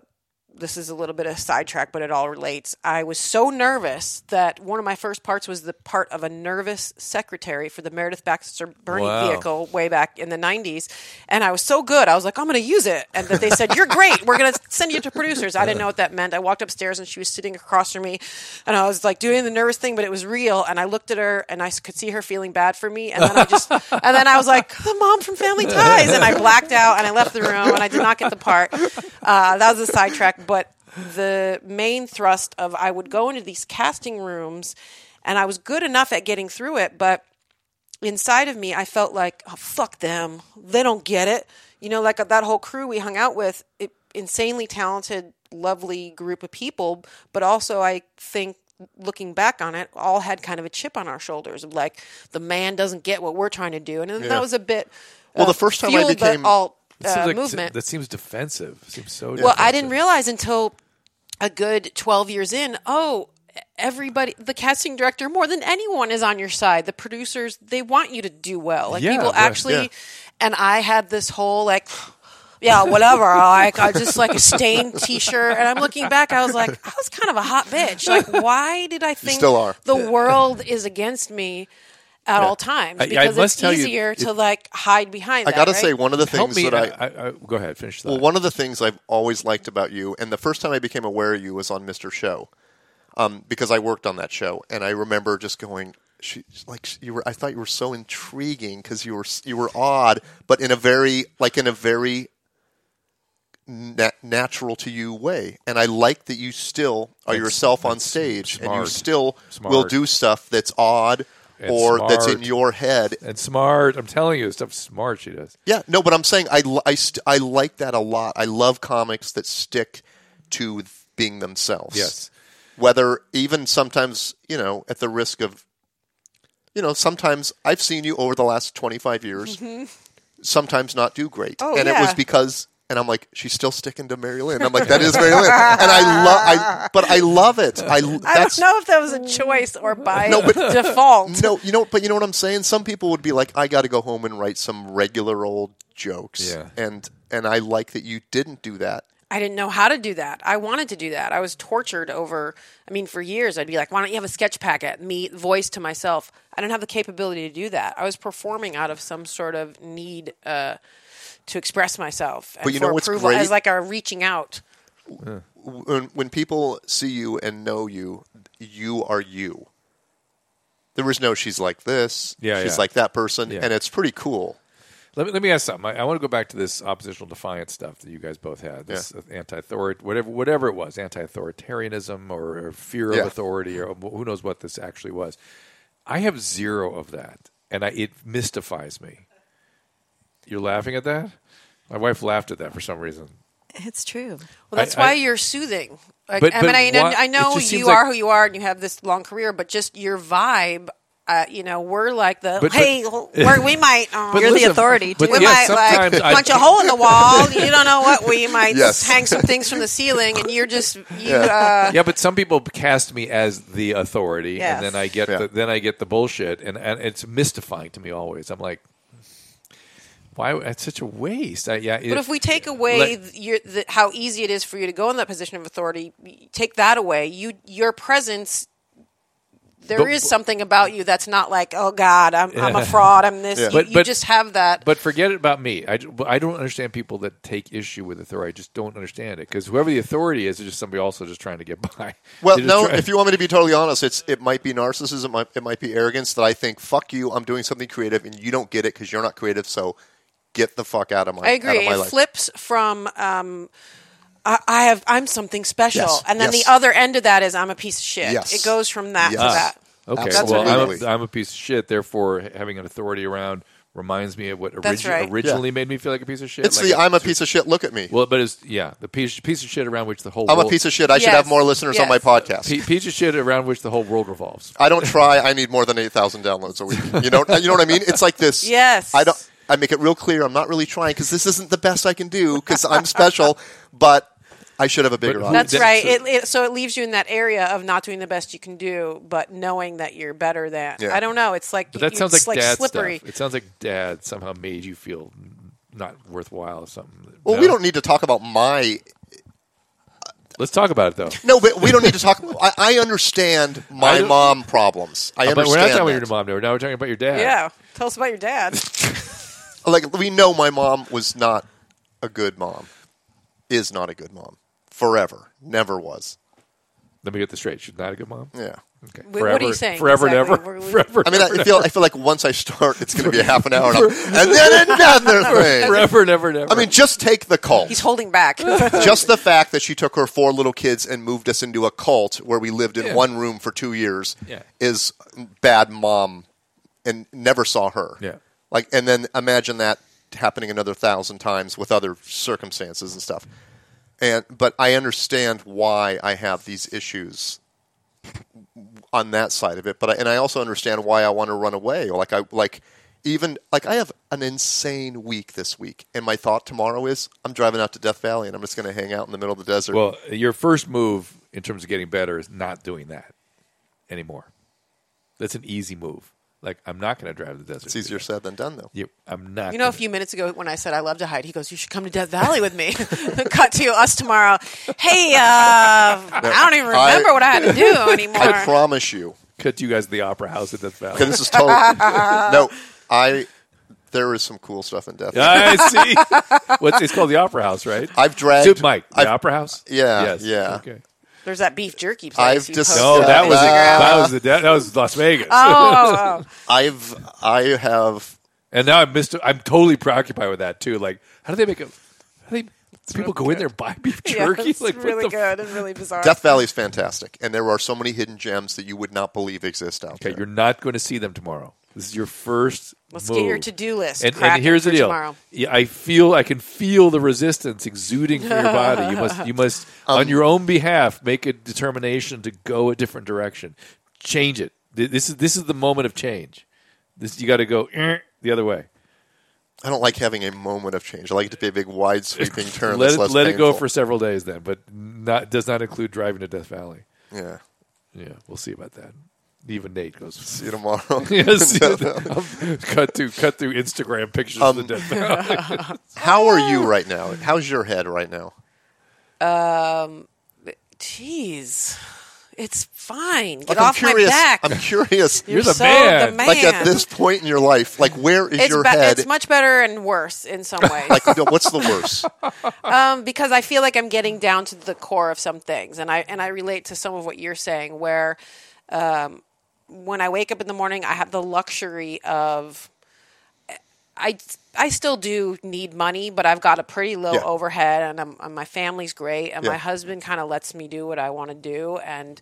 B: this is a little bit of a sidetrack, but it all relates. I was so nervous that one of my first parts was the part of a nervous secretary for the Meredith Baxter Bernie
A: Wow.
B: vehicle way back in the 90s. And I was so good. I was like, I'm going to use it. And then they said, You're great. We're going to send you to producers. I didn't know what that meant. I walked upstairs and she was sitting across from me. And I was like doing the nervous thing, but it was real. And I looked at her and I s- could see her feeling bad for me. And then I just, and then I was like, The mom from Family Ties. And I blacked out and I left the room and I did not get the part. Uh, that was a sidetrack. But the main thrust of I would go into these casting rooms and I was good enough at getting through it, but inside of me, I felt like, oh, fuck them. They don't get it. You know, like uh, that whole crew we hung out with, it, insanely talented, lovely group of people. But also, I think looking back on it, all had kind of a chip on our shoulders of like, the man doesn't get what we're trying to do. And then that was a bit.
C: Well,
B: uh,
C: the first time I
B: fueled the
C: became-
B: alt
A: It seems
B: uh,
A: like-
B: movement.
A: That seems defensive. Seems so.
B: Well,
A: defensive.
B: I didn't realize until a good 12 years in, oh, everybody, the casting director more than anyone is on your side. The producers, they want you to do well. Like
A: Yeah,
B: people
A: right,
B: actually,
C: yeah.
B: and I had this whole like, yeah, whatever. Like I just like a stained T-shirt, and I'm looking back. I was like, I was kind of a hot bitch. Like, why did I think
C: still are.
B: the world is against me at all times?
A: I- I
B: Because
A: must
B: it's
A: tell you,
B: easier
A: it-
B: to like hide behind.
C: I
B: that,
C: got to
B: right?
C: say, one of the
A: Help
C: things
A: me.
C: that I,
A: I, I, I, go ahead. Finish that.
C: Well, one of the things I've always liked about you, and the first time I became aware of you was on Mr. Show, um, because I worked on that show, and I remember just going, she, like you were, I thought you were so intriguing because you were you were odd, but in a very like in a very na- natural to you way, and I like that you still are yourself on stage, and you
A: smart.
C: still will
A: Smart.
C: do stuff that's odd.
A: And
C: or that's in
A: smart.
C: your head,
A: and smart. I'm telling you, stuff smart she does.
C: yeah, no, but I'm saying I, li- I, st- I like that a lot. I love comics that stick to th- being themselves.
A: Yes.
C: Whether even sometimes, you know, at the risk of, you know, sometimes I've seen you over the last 25 years sometimes not do great.
B: Mm-hmm. Oh,
C: and it
B: yeah.
C: was because. And I'm like, she's still sticking to Mary Lynn. I'm like, that is Mary Lynn, and I love, I, but I love it. I,
B: I
C: that's,
B: don't know if that was a choice or by
C: No, but-
B: default.
C: no, you know, but you know what I'm saying. Some people would be like, "I got to go home and write some regular old jokes,"
A: Yeah.
C: and and I like that you didn't do that.
B: I didn't know how to do that. I wanted to do that. I was tortured over, I mean, for years, I'd be like, why don't you have a sketch packet? Me, voice to myself. I didn't have the capability to do that. I was performing out of some sort of need uh, to express myself. And
C: But you know
B: for
C: what's
B: approval,
C: great?
B: As like a reaching out.
C: When when people see you and know you, you are you. There was no she's like this,
A: Yeah,
C: she's
A: yeah.
C: like that person,
A: Yeah.
C: and it's pretty cool.
A: Let me, let me ask something. I, I want to go back to this oppositional defiance stuff that you guys both had. This anti authority whatever whatever it was, anti-authoritarianism or, or fear
C: Yeah.
A: of authority or who knows what this actually was. I have zero of that, and I, it mystifies me. You're laughing at that? My wife laughed at that for some reason.
E: It's true.
B: Well, that's
A: I-
B: why
A: I-
B: you're soothing. Like,
A: But-
B: I
A: but
B: mean, I, know-
A: why-
B: I know
A: it just
B: you
A: seems like-
B: are who you are, and you have this long career, but just your vibe. Uh, you know, we're like the
A: But- but-
B: hey, we're, we might. Um,
A: But
E: You're the
A: listen,
E: authority,
A: but
E: too.
B: We
A: yeah,
B: might like
A: sometimes I-
B: punch a hole in the wall. You don't know what we might
C: Yes.
B: hang some things from the ceiling, and you're just you. Uh,
A: yeah, but some people cast me as the authority,
E: Yes.
A: and then I get
C: Yeah.
A: the, then I get the bullshit, and, and it's mystifying to me always. I'm like, Why? It's such a waste. I, yeah.
B: But if we take away th your, the, how easy it is for you to go in that position of authority, y- take that away. You your presence. There is
A: But-
B: something about you that's not like, oh God, I'm, I'm a fraud. I'm this.
C: Yeah.
B: You,
A: But-
B: you
A: but-
B: just have that.
A: But forget it about me. I, I don't understand people that take issue with authority. I just don't understand it because whoever the authority is is just somebody also just trying to get by.
C: Well,
A: They're just
C: no.
A: trying-
C: If you want me to be totally honest, it's it might be narcissism. It might, it might be arrogance that I think fuck you. I'm doing something creative, and you don't get it because you're not creative. So get the fuck out of my.
B: I
C: Out
B: agree.
C: of my
B: It
C: life.
B: flips from. Um, I I have. I'm something special,
C: Yes.
B: and then
C: Yes.
B: the other end of that is I'm a piece of shit.
C: Yes.
B: It goes from that
C: Yes.
B: to that.
A: okay,
C: That's
A: well, I'm a,
C: absolutely.
A: I'm a piece of shit. Therefore, having an authority around reminds me of what
B: That's
A: origi-
B: right.
A: originally made me feel like a piece of shit.
C: It's
A: Like
C: the
A: I-
C: I'm a piece of shit. Look at me.
A: well, but it's yeah, the piece piece of shit around which the whole
C: I'm a
A: world-
C: piece of shit. I should
B: Yes.
C: have more listeners on my
B: Yes.
C: podcast.
A: Pe- piece of shit around which the whole world revolves.
C: I don't try. I need more than eight thousand downloads a week. You know. You know what I mean? It's like this.
B: Yes.
C: I don't. I make it real clear. I'm not really trying because this isn't the best I can do because I'm special, but I should have a bigger
A: who-
B: That's
C: audience.
A: That-
B: right.
A: so-
B: it, it, so it leaves you in that area of not doing the best you can do, but knowing that you're better than.
C: Yeah.
B: I don't know. It's like
A: But that
B: it's
A: sounds like, dad
B: slippery.
A: stuff. It sounds like dad somehow made you feel not worthwhile or something.
C: Well,
A: No?
C: we don't need to talk about my
A: Let's talk about it though.
C: No, but we don't need to talk. I, I understand
A: I
C: my
A: don't-
C: mom problems. I
A: but
C: understand.
A: we're not talking about
C: that.
A: your mom now. Now we're talking about your dad.
B: Yeah. Tell us about your dad.
C: Like we know, my mom was not a good mom. Is not a good mom. Forever, never was.
A: Let me get this straight. She's not a good mom.
C: Yeah.
A: Okay.
B: Wait, what are you saying
A: Forever
B: exactly?
A: and ever.
B: We're- we-
A: Forever.
C: I mean, I feel I feel like once I start, it's going to be a half an hour, and, I'm- and then another thing.
A: forever and ever and ever.
C: I mean, just take the cult.
B: He's holding back.
C: Just the fact that she took her four little kids and moved us into a cult where we lived in
A: Yeah.
C: one room for two years
A: Yeah.
C: is bad mom, and never saw her.
A: Yeah.
C: Like, and then imagine that happening another thousand times with other circumstances and stuff. And but I understand why I have these issues on that side of it. But I, and I also understand why I want to run away. Like I like even like I have an insane week this week, and my thought tomorrow is I'm driving out to Death Valley and I'm just going to hang out in the middle of the desert.
A: well, your first move in terms of getting better is not doing that anymore. That's an easy move. Like I'm not going to drive to the desert.
C: it's easier said than done, though.
A: You, I'm not.
B: You know, a
A: gonna-
B: few minutes ago when I said I love to hide, he goes, "You should come to Death Valley with me." Cut to us tomorrow. Hey, uh, I don't even
C: I-
B: remember what I had to do anymore.
C: I promise you.
A: cut you guys to the opera house at Death Valley.
C: Okay, this is total. no, I. There is some cool stuff in Death. Valley.
A: I see. What's it's called the opera house, right?
C: I've dragged
A: Soup Mike, the
C: I've-
A: opera house.
C: Yeah,
A: Yes.
C: yeah.
A: Okay.
B: There's that beef jerky place.
C: I've
B: you
C: just-
B: posted
A: No,
B: on
A: that was
B: Instagram.
A: that was the that was Las Vegas.
B: Oh, oh,
C: I've I have
A: And now I'm missed. I'm totally preoccupied with that too. Like, how do they make a? How do they, do people go in there and buy beef
B: oh.
A: jerky?
B: Yeah, it's
A: like, what
B: really
A: the f-
B: good and really bizarre.
C: Death Valley's fantastic, and there are so many hidden gems that you would not believe exist out
A: okay,
C: there.
A: you're not going to see them tomorrow. This is your first.
B: Let's
A: move.
B: get your to-do list
A: And, and
B: cracking
A: here's the
B: for
A: deal.
B: tomorrow.
A: Yeah, I feel I can feel the resistance exuding from your body. You must you must
C: Um,
A: on your own behalf make a determination to go a different direction. Change it. Th- This is this is the moment of change. This you got to go "Eh," the other way.
C: I don't like having a moment of change. I like it to be a big, wide, sweeping turn.
A: let
C: that's
A: it,
C: less
A: let it go for
C: painful.
A: several days then, but not does not include driving to Death Valley.
C: yeah.
A: Yeah, we'll see about that. Even Nate goes.
C: See you tomorrow.
A: Yeah, see the- cut through, cut through Instagram pictures
C: Um,
A: of the Death Valley.
C: How are you right now? How's your head right now?
B: Jeez, it's fine. Get
C: Like,
B: off
C: I'm curious.
B: my back.
C: I'm curious.
A: You're the
B: so
A: man.
B: The man.
C: like at this point in your life, like where is
B: it's,
C: your
B: be-
C: head?
B: it's much better and worse in some ways.
C: like no, what's the worst?
B: um, because I feel like I'm getting down to the core of some things, and I and I relate to some of what you're saying. Where um, when I wake up in the morning, I have the luxury of I I still do need money, but I've got a pretty low
C: Yeah.
B: overhead, and, I'm, and my family's great, and my
C: Yeah.
B: husband kind of lets me do what I want to do, and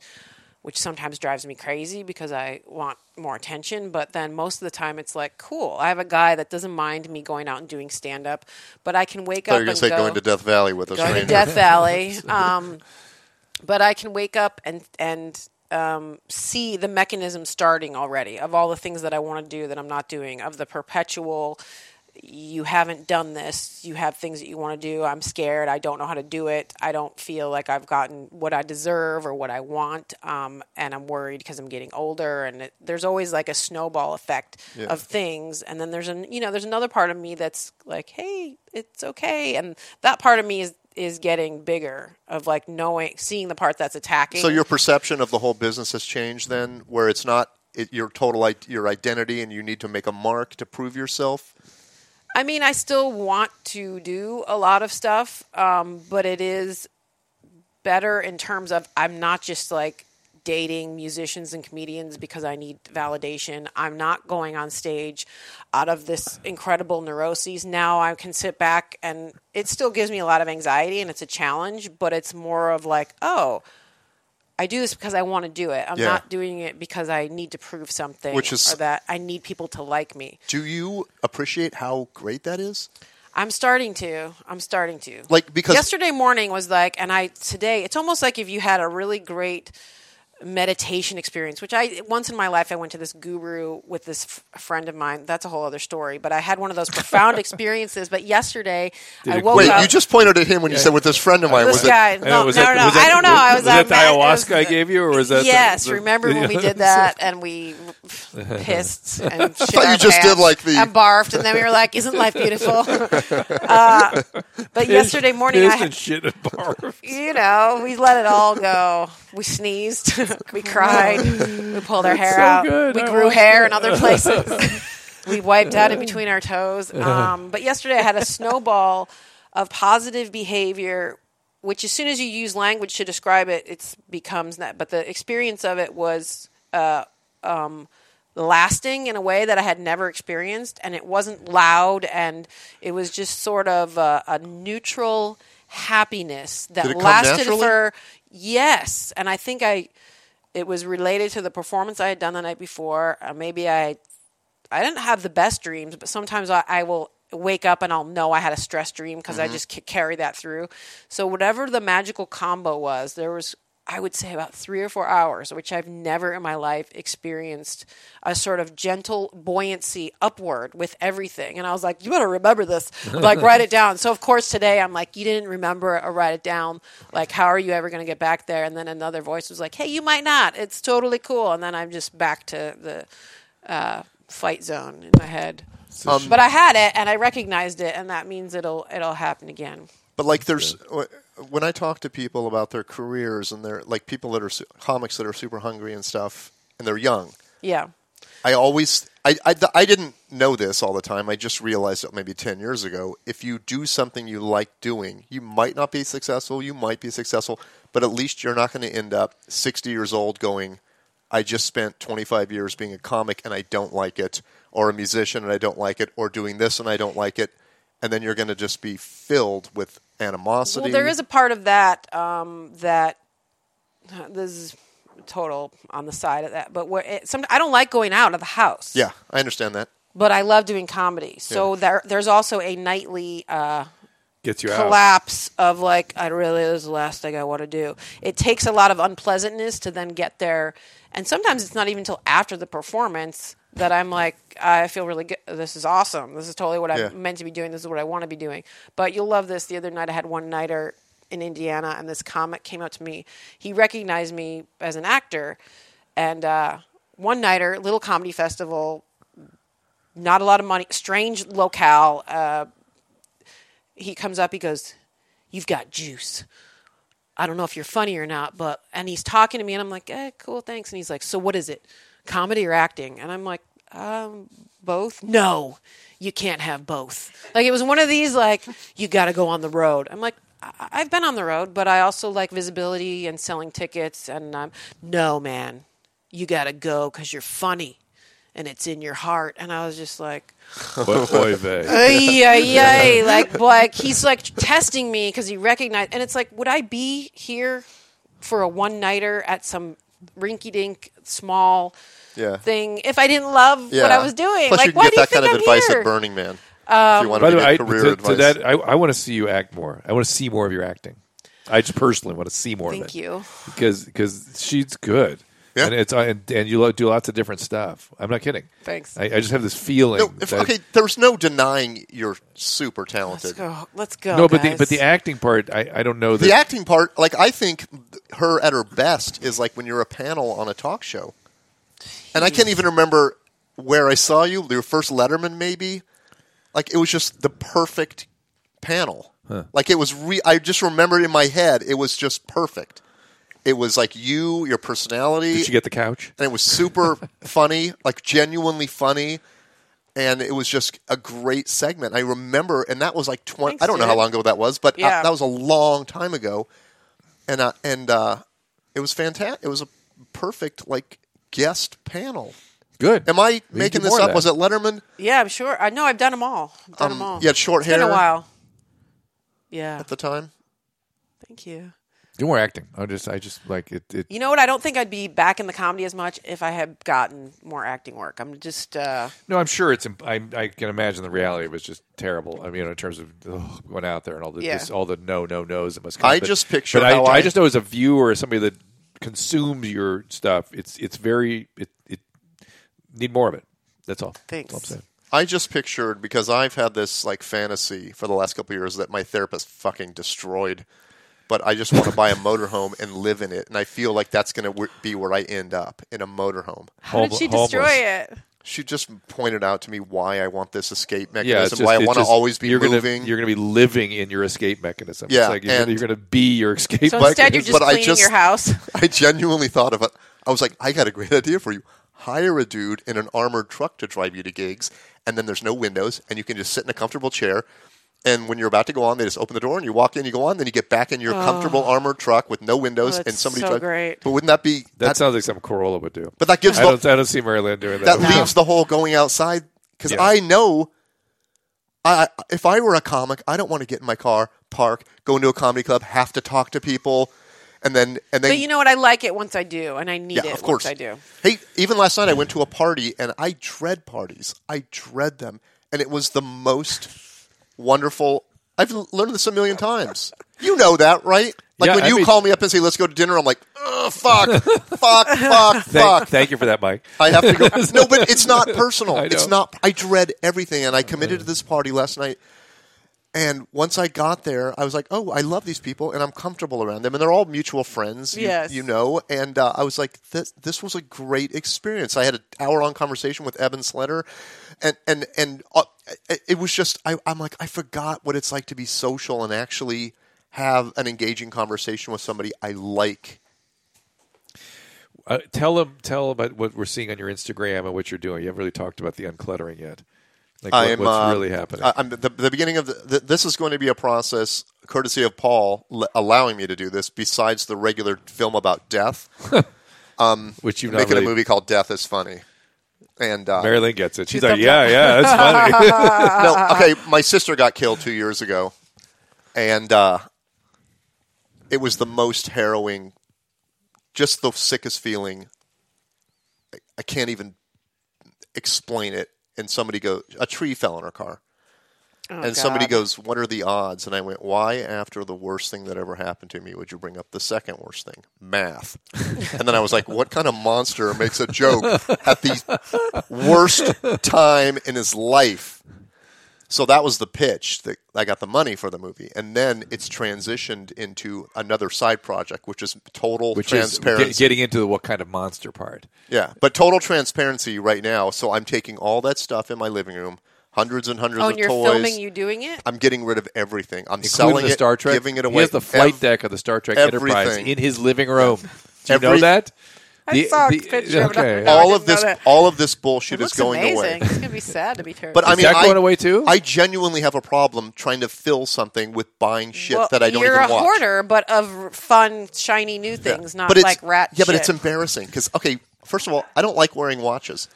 B: which sometimes drives me crazy because I want more attention. But then most of the time, it's like, cool, I have a guy that doesn't mind me going out and doing stand up, but I can wake
C: I thought
B: up
C: you were
B: and
C: Oh, gonna say
B: go
C: going to Death Valley with us.
B: going to Death Valley. Um, but I can wake up and and um, see the mechanism starting already of all the things that I want to do that I'm not doing, of the perpetual you haven't done this. You have things that you want to do. I'm scared. I don't know how to do it. I don't feel like I've gotten what I deserve or what I want. Um, and I'm worried because I'm getting older. And it, there's always like a snowball effect
C: Yeah.
B: of things. And then there's an you know there's another part of me that's like, hey, it's okay. And that part of me is is getting bigger of like knowing seeing the part that's attacking.
C: So your perception of the whole business has changed then, where it's not it, your total i- your identity, and you need to make a mark to prove yourself.
B: I mean, I still want to do a lot of stuff, um, but it is better in terms of I'm not just like dating musicians and comedians because I need validation. I'm not going on stage out of this incredible neuroses. Now I can sit back and it still gives me a lot of anxiety and it's a challenge, but it's more of like, oh, I do this because I want to do it. I'm
C: Yeah.
B: not doing it because I need to prove something
C: Which is-
B: or that I need people to like me.
C: Do you appreciate how great that is?
B: I'm starting to. I'm starting to.
C: Like, because-
B: yesterday morning was like, and I today it's almost like if you had a really great meditation experience, which I once in my life I went to this guru with this f- friend of mine. That's a whole other story. But I had one of those profound experiences. But yesterday I
A: it
B: woke
C: Wait,
B: up.
C: you just pointed at him when you said with this friend of mine.
B: Oh, This
C: was it-
B: guy.
A: I
B: No,
A: was
B: no,
A: that-
B: no.
A: was that-
B: I don't know. I was
A: was that
B: at
A: the
B: Matt- it
A: ayahuasca I gave you, or was that the-
B: yes?
A: the-
B: remember when we did that and we pissed and shit
C: thought you
B: our
C: just did
B: pants
C: like the-
B: and barfed, and then we were like, "Isn't life beautiful?" uh, but yesterday morning, I
A: Pissed
B: had,
A: and shit and barf.
B: you know, we let it all go. We sneezed, we cried, we pulled our hair
A: so
B: out,
A: good.
B: we
A: I
B: grew
A: want
B: hair in other places. we wiped out in between our toes. Um, but yesterday I had a snowball of positive behavior, which as soon as you use language to describe it, it becomes that. But the experience of it was. Uh, um, lasting in a way that I had never experienced, and it wasn't loud, and it was just sort of a, a neutral happiness that
C: Did it come
B: lasted
C: naturally?
B: for yes, and I think I it was related to the performance I had done the night before. Uh, maybe I I didn't have the best dreams, but sometimes I, I will wake up and I'll know I had a stress dream because I just c- carry that through. So whatever the magical combo was, there was I would say about three or four hours, which I've never in my life experienced a sort of gentle buoyancy upward with everything. And I was like, you better remember this, like write it down. So of course today I'm like, you didn't remember it or write it down. Like, how are you ever going to get back there? And then another voice was like, hey, you might not. It's totally cool. And then I'm just back to the uh, fight zone in my head.
C: Um,
B: but I had it and I recognized it, and that means it'll it'll happen again.
C: But like, there's when I talk to people about their careers and their like people that are su- comics that are super hungry and stuff, and they're young.
B: Yeah,
C: I always I, I I didn't know this all the time. I just realized it maybe ten years ago. If you do something you like doing, you might not be successful. You might be successful, but at least you're not going to end up sixty years old going. I just spent 25 years being a comic and I don't like it, or a musician and I don't like it, or doing this and I don't like it, and then you're going to just be filled with animosity.
B: well, there is a part of that um, that uh, this is total on the side of that. But where it, some, I don't like going out of the house.
C: yeah, I understand that.
B: but I love doing comedy. So there there's also a nightly. Uh,
A: Gets you out.
B: collapse of like I really this is the last thing I want to do. It takes a lot of unpleasantness to then get there, and sometimes it's not even till after the performance that I'm like I feel really good. This is awesome. This is totally what
C: Yeah.
B: I meant to be doing. This is what I want to be doing. But you'll love this. The other night I had one nighter in Indiana, and this comic came up to me. He recognized me as an actor, and uh, one nighter, little comedy festival. Not a lot of money, strange locale, uh, he comes up, he goes, You've got juice. I don't know if you're funny or not, but, and he's talking to me, and I'm like, eh, cool, thanks. And he's like, So what is it, comedy or acting? And I'm like, um, Both? No, you can't have both. Like, it was one of these, like, you got to go on the road. I'm like, I- I've been on the road, but I also like visibility and selling tickets. And I'm, no, man, you got to go because you're funny and it's in your heart. And I was just like,
A: Oy oy vey.
B: Ay, ay, ay. Like, like he's like testing me because he recognized, and it's like, would I be here for a one nighter at some rinky-dink small
C: Yeah.
B: thing if I didn't love
C: Yeah.
B: what I was doing?
C: Plus,
B: like,
C: you can
B: why
C: get
B: do you
C: that
B: think
C: kind
B: I'm
C: of advice
B: here? Um,
C: at Burning Man. if you wanted to
A: By the way,
C: get
A: I,
C: career
A: to,
C: advice.
A: to that, I, I want to see you act more. I want to see more of your acting. I just personally want to see more of it.
B: Thank you.
A: because because she's good.
C: Yeah.
A: and it's and, and you lo- do lots of different stuff. I'm not kidding.
B: Thanks.
A: I, I just have this feeling.
C: No, if,
A: that-
C: okay, there's no denying you're super
B: Let's
C: talented.
B: go. Let's go.
A: no, but the
B: guys.
A: but the acting part, I, I don't know that.
C: The acting part, like I think her at her best is like when you're a panel on a talk show. And I can't even remember where I saw you, your first Letterman maybe. Like it was just the perfect panel. Like it was re- I just remembered in my head it was just perfect. It was like you, your personality,
A: did you get the couch?
C: and it was super funny, like genuinely funny. And it was just a great segment. I remember, and that was like twenty.
B: Thanks,
C: I don't know how
B: dude.
C: long ago that was, but uh,
B: Yeah.
C: that was a long time ago. And uh, and uh, it was fantastic. It was a perfect like guest panel.
A: Good.
C: Am I
A: do
C: making
A: more
C: this
A: of
C: up?
A: that.
C: Was it Letterman?
B: yeah, I'm sure. I know. I've done them all. I've done
C: Um,
B: them all.
C: you had short
B: It's been
C: hair.
B: a while. Yeah.
C: at the time?
B: Thank you.
A: Do more acting. I just I just like it. it
B: You know what? I don't think I'd be back in the comedy as much if I had gotten more acting work. I'm just uh,
A: no, I'm sure it's. imp- I, I can imagine the reality was just terrible. I mean, you know, in terms of ugh, going out there and all the
B: Yeah.
A: this, all the no no nos that must come.
C: I
A: But-
C: just picture
A: But I,
C: how I-
A: just know as a viewer, as somebody that consumes your stuff, it's it's very it it need more of it. That's all.
B: Thanks.
A: That's all I'm saying.
C: I just pictured because I've had this like fantasy for the last couple of years that my therapist fucking destroyed, but I just want to buy a motorhome and live in it, and I feel like that's going to w- be where I end up in a motorhome.
B: how did
A: Home-
B: she
A: homeless.
B: destroy it?
C: She just pointed out to me why I want this escape mechanism,
A: Yeah, it's just,
C: why I
A: it's
C: want to
A: just-
C: always be
A: you're gonna-
C: moving.
A: you're going to be living in your escape mechanism.
C: Yeah,
A: it's like you're, gonna,
C: and-
A: you're going to be your escape.
B: So
C: But-
B: instead, you're
A: mechanism.
B: just
C: but I
B: cleaning
C: just-
B: your house.
C: I genuinely thought of it. I was like, I got a great idea for you. Hire a dude in an armored truck to drive you to gigs, and then there's no windows, and you can just sit in a comfortable chair. And when you're about to go on, they just open the door, and you walk in, you go on, then you get back in your comfortable armored truck with no windows,
B: Oh, that's
C: and somebody
B: so
C: drives.
B: great.
C: But wouldn't that be
A: that
C: that?
A: sounds like something Corolla would do.
C: But that gives
A: I
C: the-
A: don't, I don't see Maryland doing that.
C: that leaves the whole going outside because
A: Yeah.
C: I know. I I- if I were a comic, I don't want to get in my car, park, go into a comedy club, have to talk to people, and then and then
B: But you know what? I like it once I do, and I need
C: yeah,
B: it
C: of course
B: once I do.
C: Hey, even last night I went to a party and I dread parties. I dread them, and it was the most wonderful. I've l- learned this a million times. You know that, right? Like
A: Yeah,
C: when
A: I
C: you
A: mean-
C: call me up and say, "Let's go to dinner," I'm like, "Ugh, "Fuck, fuck, fuck,
A: Thank,
C: fuck."
A: thank you for that, Mike.
C: I have to go. No, but it's not personal.
A: I
C: It's
A: know.
C: not. I dread everything, and I committed to this party last night. And once I got there, I was like, "Oh, I love these people, and I'm comfortable around them, and they're all mutual friends, you,
B: Yes.
C: you know." And uh, I was like, "This this was a great experience." I had an hour long conversation with Evan Sletter, and and and uh, it- it was just I, I'm like, I forgot what it's like to be social and actually have an engaging conversation with somebody I like.
A: Uh, tell them, tell 'em about what we're seeing on your Instagram and what you're doing. You haven't really talked about the uncluttering yet. Like what-
C: I'm,
A: what's
C: uh,
A: really happening.
C: I, I'm the, the beginning of the, th this is going to be a process courtesy of Paul l- allowing me to do this. Besides the regular film about death,
A: which you've not
C: making
A: really.
C: a movie called Death is funny. And uh,
A: Marilyn gets it. She's like, yeah, yeah, that's funny.
C: no, okay, my sister got killed two years ago, and uh, it was the most harrowing, just the sickest feeling. I, I can't even explain it. And somebody goes, a tree fell on her car. and somebody goes, What are the odds? And I went, Why, after the worst thing that ever happened to me, would you bring up the second worst thing? Math. and then I was like, What kind of monster makes a joke at the worst time in his life? So that was the pitch that I got the money for the movie, and then it's transitioned into another side project, which is total
A: which is
C: transparency.
A: get, getting into the what kind of monster part.
C: yeah, but total transparency right now. So I'm taking all that stuff in my living room, hundreds and hundreds
B: Oh,
C: of
B: and you're
C: toys.
B: filming you doing it.
C: I'm getting rid of everything. I'm
A: Including
C: selling
A: the Star
C: it,
A: Trek.
C: giving it away.
A: He has the flight
C: Ev-
A: deck of the Star Trek Enterprise
C: everything.
A: in his living room. Do you know
C: Every-
A: that?
B: I saw a picture of it.
A: okay.
B: No, I
C: All
B: didn't
C: of
B: know
C: this,
B: that.
C: all of this bullshit
B: It
C: is
B: looks
C: going
B: amazing.
C: away.
B: It's gonna be sad to be terrible.
C: But I mean,
A: that
C: I,
A: going away too?
C: I genuinely have a problem trying to fill something with buying shit
B: Well,
C: that I don't
B: you're
C: even
B: a
C: watch.
B: hoarder, but of r- fun, shiny new things, not
C: but it's,
B: like rat.
C: Yeah, but it's
B: shit.
C: embarrassing because okay, first of all, I don't like wearing watches.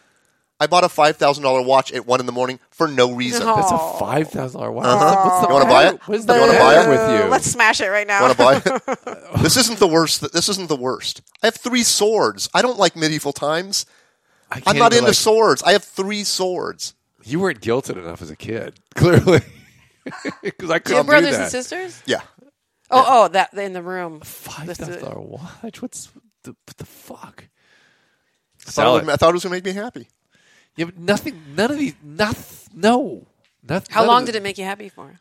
C: I bought a five thousand dollar watch at one in the morning for no reason.
A: That's a
B: Aw.
A: five thousand dollar watch.
C: Uh-huh. You wanna buy it?
A: What's the
C: You wanna buy it?
A: matter with you?
B: Let's smash it right now.
C: Want to buy it? this isn't the worst. This isn't the worst. I have three swords. I don't like medieval times.
A: I
C: I'm
A: can't
C: not
A: even,
C: into
A: like-
C: swords. I have three swords.
A: You weren't guilted enough as a kid, clearly, because I
B: Do you
A: couldn't
B: have
A: do
B: brothers
A: that.
B: and sisters?
C: Yeah.
B: Oh, oh, that in the room.
A: Five
B: This
A: thousand
B: is-
A: dollar watch. What's the what the fuck?
C: I thought, it
A: Sell
C: would-
A: it.
C: I thought it was going to make me happy.
A: Yeah, but nothing. None of these. Nothing. No. Noth-
B: How
A: none
B: long
A: of
B: did it make you happy for?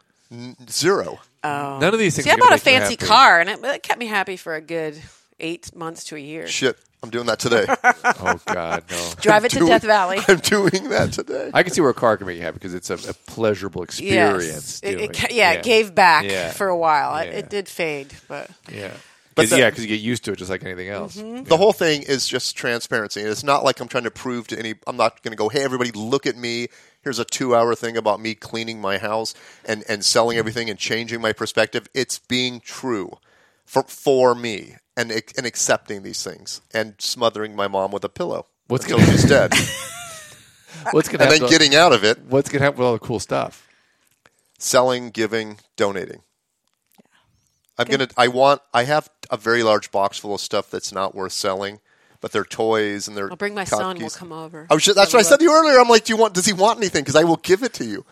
C: Zero.
B: Oh.
A: None of these things.
B: See,
A: are
B: I bought
A: gonna
B: a
A: make you
B: fancy
A: happy.
B: car, and it, it kept me happy for a good eight months to a year.
C: Shit, I'm doing that today.
A: Oh God, no.
B: Drive it to
C: Doing-
B: Death Valley.
C: I'm doing that today.
A: I can see where a car can make you happy because it's a, a pleasurable experience.
B: Yes. It,
A: doing
B: it, ca- yeah, it gave back
A: Yeah.
B: for a while. I-
A: Yeah.
B: It did fade, but
A: Yeah,
C: But
A: but
C: the-
A: yeah, because you get used to it just like anything else.
B: Mm-hmm.
C: The whole thing is just transparency. It's not like I'm trying to prove to any. I'm not going to go, hey, everybody, look at me. Here's a two-hour thing about me cleaning my house and and
B: Mm-hmm.
C: selling everything and changing my perspective. It's being true for for me and ac- and accepting these things and smothering my mom with a pillow
A: What's
C: until
A: gonna-
C: she's dead,
A: What's gonna
C: and
A: happen?
C: then getting out of it,
A: what's gonna happen with all the cool stuff?
C: selling, giving, donating. I'm gonna. I want. I have a very large box full of stuff that's not worth selling, but they're toys and they're.
B: I'll bring my
C: cock
B: son. We'll
C: keys.
B: come over.
C: I was just, that's what I said to you earlier. I'm like, do you want? Does he want anything? Because I will give it to you.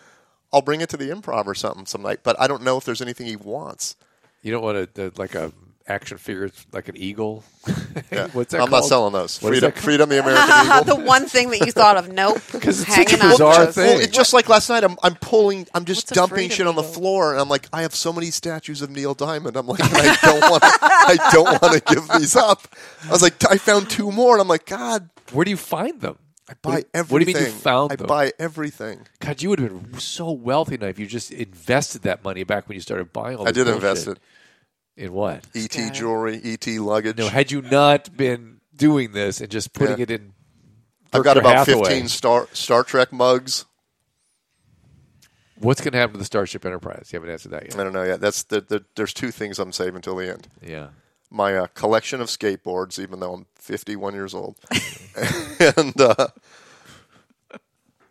C: I'll bring it to the improv or something some night. But I don't know if there's anything he wants.
A: You don't want a, a like a action figure like an eagle.
C: Yeah.
A: What's that?
C: I'm
A: called?
C: not selling those.
A: What is
C: Freedom,
A: that called?
C: freedom, the American Eagle.
B: the one thing that you thought of, nope.
A: 'Cause it's such a
B: hanging on to
A: bizarre
B: those.
A: thing.
C: Well, it, just like last night, I'm, I'm pulling, I'm just
B: What's a
C: dumping
B: freedom
C: shit on the
B: eagle?
C: floor, and I'm like, I have so many statues of Neil Diamond. I'm like, I don't want, I don't want to give these up. I was like, I found two more, and I'm like, God,
A: Where do you find them? I
C: buy everything.
A: What do you mean you found
C: I
A: them?
C: buy everything.
A: God, you would have been so wealthy now if you just invested that money back when you started buying all.
C: I
A: This
C: did invest
A: bullshit.
C: it.
A: in what?
C: ET jewelry, ET luggage.
A: No, had you not been doing this and just putting
C: Yeah.
A: it in,
C: I've got
A: Berkshire
C: about
A: Hathaway,
C: 15 Star Star Trek mugs.
A: What's going to happen to the Starship Enterprise? You haven't answered that yet.
C: I don't know yet. That's the, the, there's two things I'm saving till the end.
A: Yeah.
C: My uh, collection of skateboards, even though I'm 51 years old, and uh,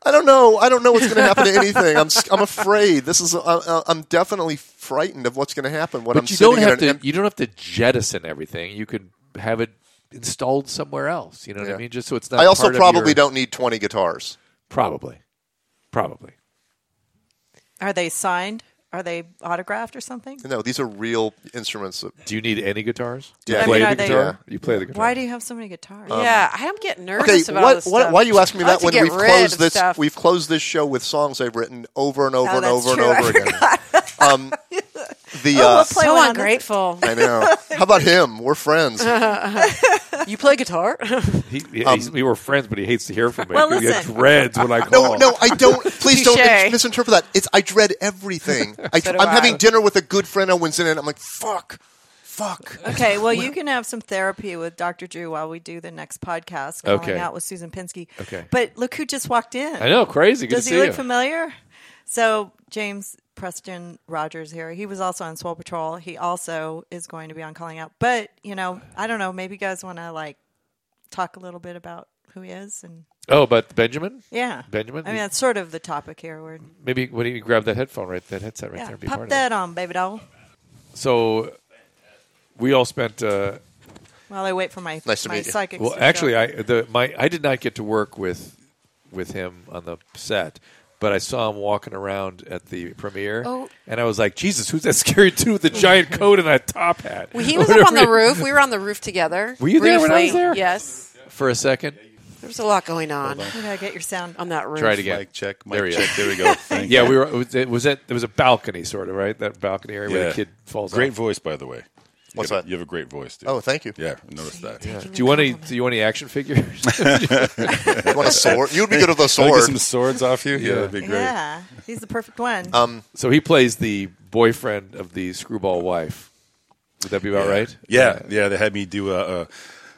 C: I don't know. I don't know what's going to happen to anything. I'm s- I'm afraid. This is I, I'm definitely frightened of what's going to happen when
A: But
C: I'm
A: you
C: sitting
A: don't
C: in
A: have
C: an
A: to.
C: em-
A: you don't have to jettison everything. You could have it installed somewhere else. You know what
C: Yeah.
A: I mean? Just so it's not.
C: I also
A: part of
C: probably
A: your-
C: don't need 20 guitars.
A: Probably, probably.
E: Are they signed? Are they autographed or something?
C: No, these are real instruments. that-
A: Do you need any guitars? Do
C: Yeah.
A: you
C: I
A: play
E: mean, are
A: the
E: they-
A: guitar. You play the guitar.
E: Why do you have so many guitars?
B: Yeah, I am getting nervous
C: Okay,
B: about
C: what,
B: this
C: what,
B: stuff.
C: why are you asking me
B: I like
C: that
B: to
C: when
B: get
C: we've
B: rid
C: closed
B: of
C: this?
B: stuff.
C: We've closed this show with songs I've written over and over
E: Oh,
C: and
E: that's
C: over
E: true.
C: and
E: I
C: over again. Um, the
E: Oh,
C: uh,
E: we'll play
B: so
E: one on
B: ungrateful.
C: I know. How about him? We're friends.
B: you play guitar?
A: He, he- he's- we were friends, but he hates to hear from me.
E: Well,
A: He gets
E: listen.
A: dreads when I
C: No,
A: call.
C: no, I don't. Please don't
B: Oh. Touche.
C: mis- misinterpret that. It's I dread everything. I,
B: So do
C: I'm
B: I.
C: having dinner with a good friend on Wednesday, and I'm like, fuck, fuck.
E: Okay, well, you can have some therapy with Dr. Drew while we do the next podcast, calling
A: Okay.
E: out with Susan Pinsky.
A: Okay.
E: But look who just walked in.
A: I know, crazy. Good
E: Does
A: to
E: he
A: see
E: look
A: you.
E: familiar? So, James Preston Rogers here. He was also on Swole Patrol. He also is going to be on Calling Out. But, you know, I don't know. Maybe you guys want to, like, talk a little bit about who he is and.
A: Oh, but Benjamin.
E: Yeah,
A: Benjamin?
E: I mean, that's sort of the topic here. We're
A: Maybe when you grab that headphone right, that headset right
E: yeah,
A: there, and be part
E: pop
A: of
E: that on, baby doll.
A: it. So we all spent. Uh,
E: While I wait for my
C: Nice to
E: my
C: meet you.
E: psychics
A: well,
E: to show
A: actually,
E: up.
A: I the my I did not get to work with with him on the set, but I saw him walking around at the premiere,
B: Oh.
A: and I was like, Jesus, who's that scary dude with a giant coat and a top hat?
B: Well, he was up on the roof. We were on the roof together.
A: Were you there when I was
B: briefly.
A: there?
B: Yes.
A: for a second.
B: There was a lot going on
E: you gotta get your sound.
B: on that roof.
A: Try it again.
F: Mic check, mic
A: There he
F: check.
A: is.
F: There we go. Thank
A: Yeah,
F: you.
A: we were. It was, it was at there was a balcony, sort of right that balcony area where
F: Yeah.
A: the kid falls.
F: Great
A: off.
F: voice, by the way. You
C: What's
F: have,
C: that?
F: You have a great voice. Dude.
C: Oh, thank you.
F: yeah. I Noticed that. Yeah.
A: Do you want any? Do you want any action figures?
C: You want a sword? You'd be good with a
F: Can I get
C: sword.
F: some swords off you? Yeah, that'd be great.
E: Yeah, he's the perfect one.
A: so he plays the boyfriend of the screwball wife. Would that be about right?
F: Yeah, yeah. They had me do a, a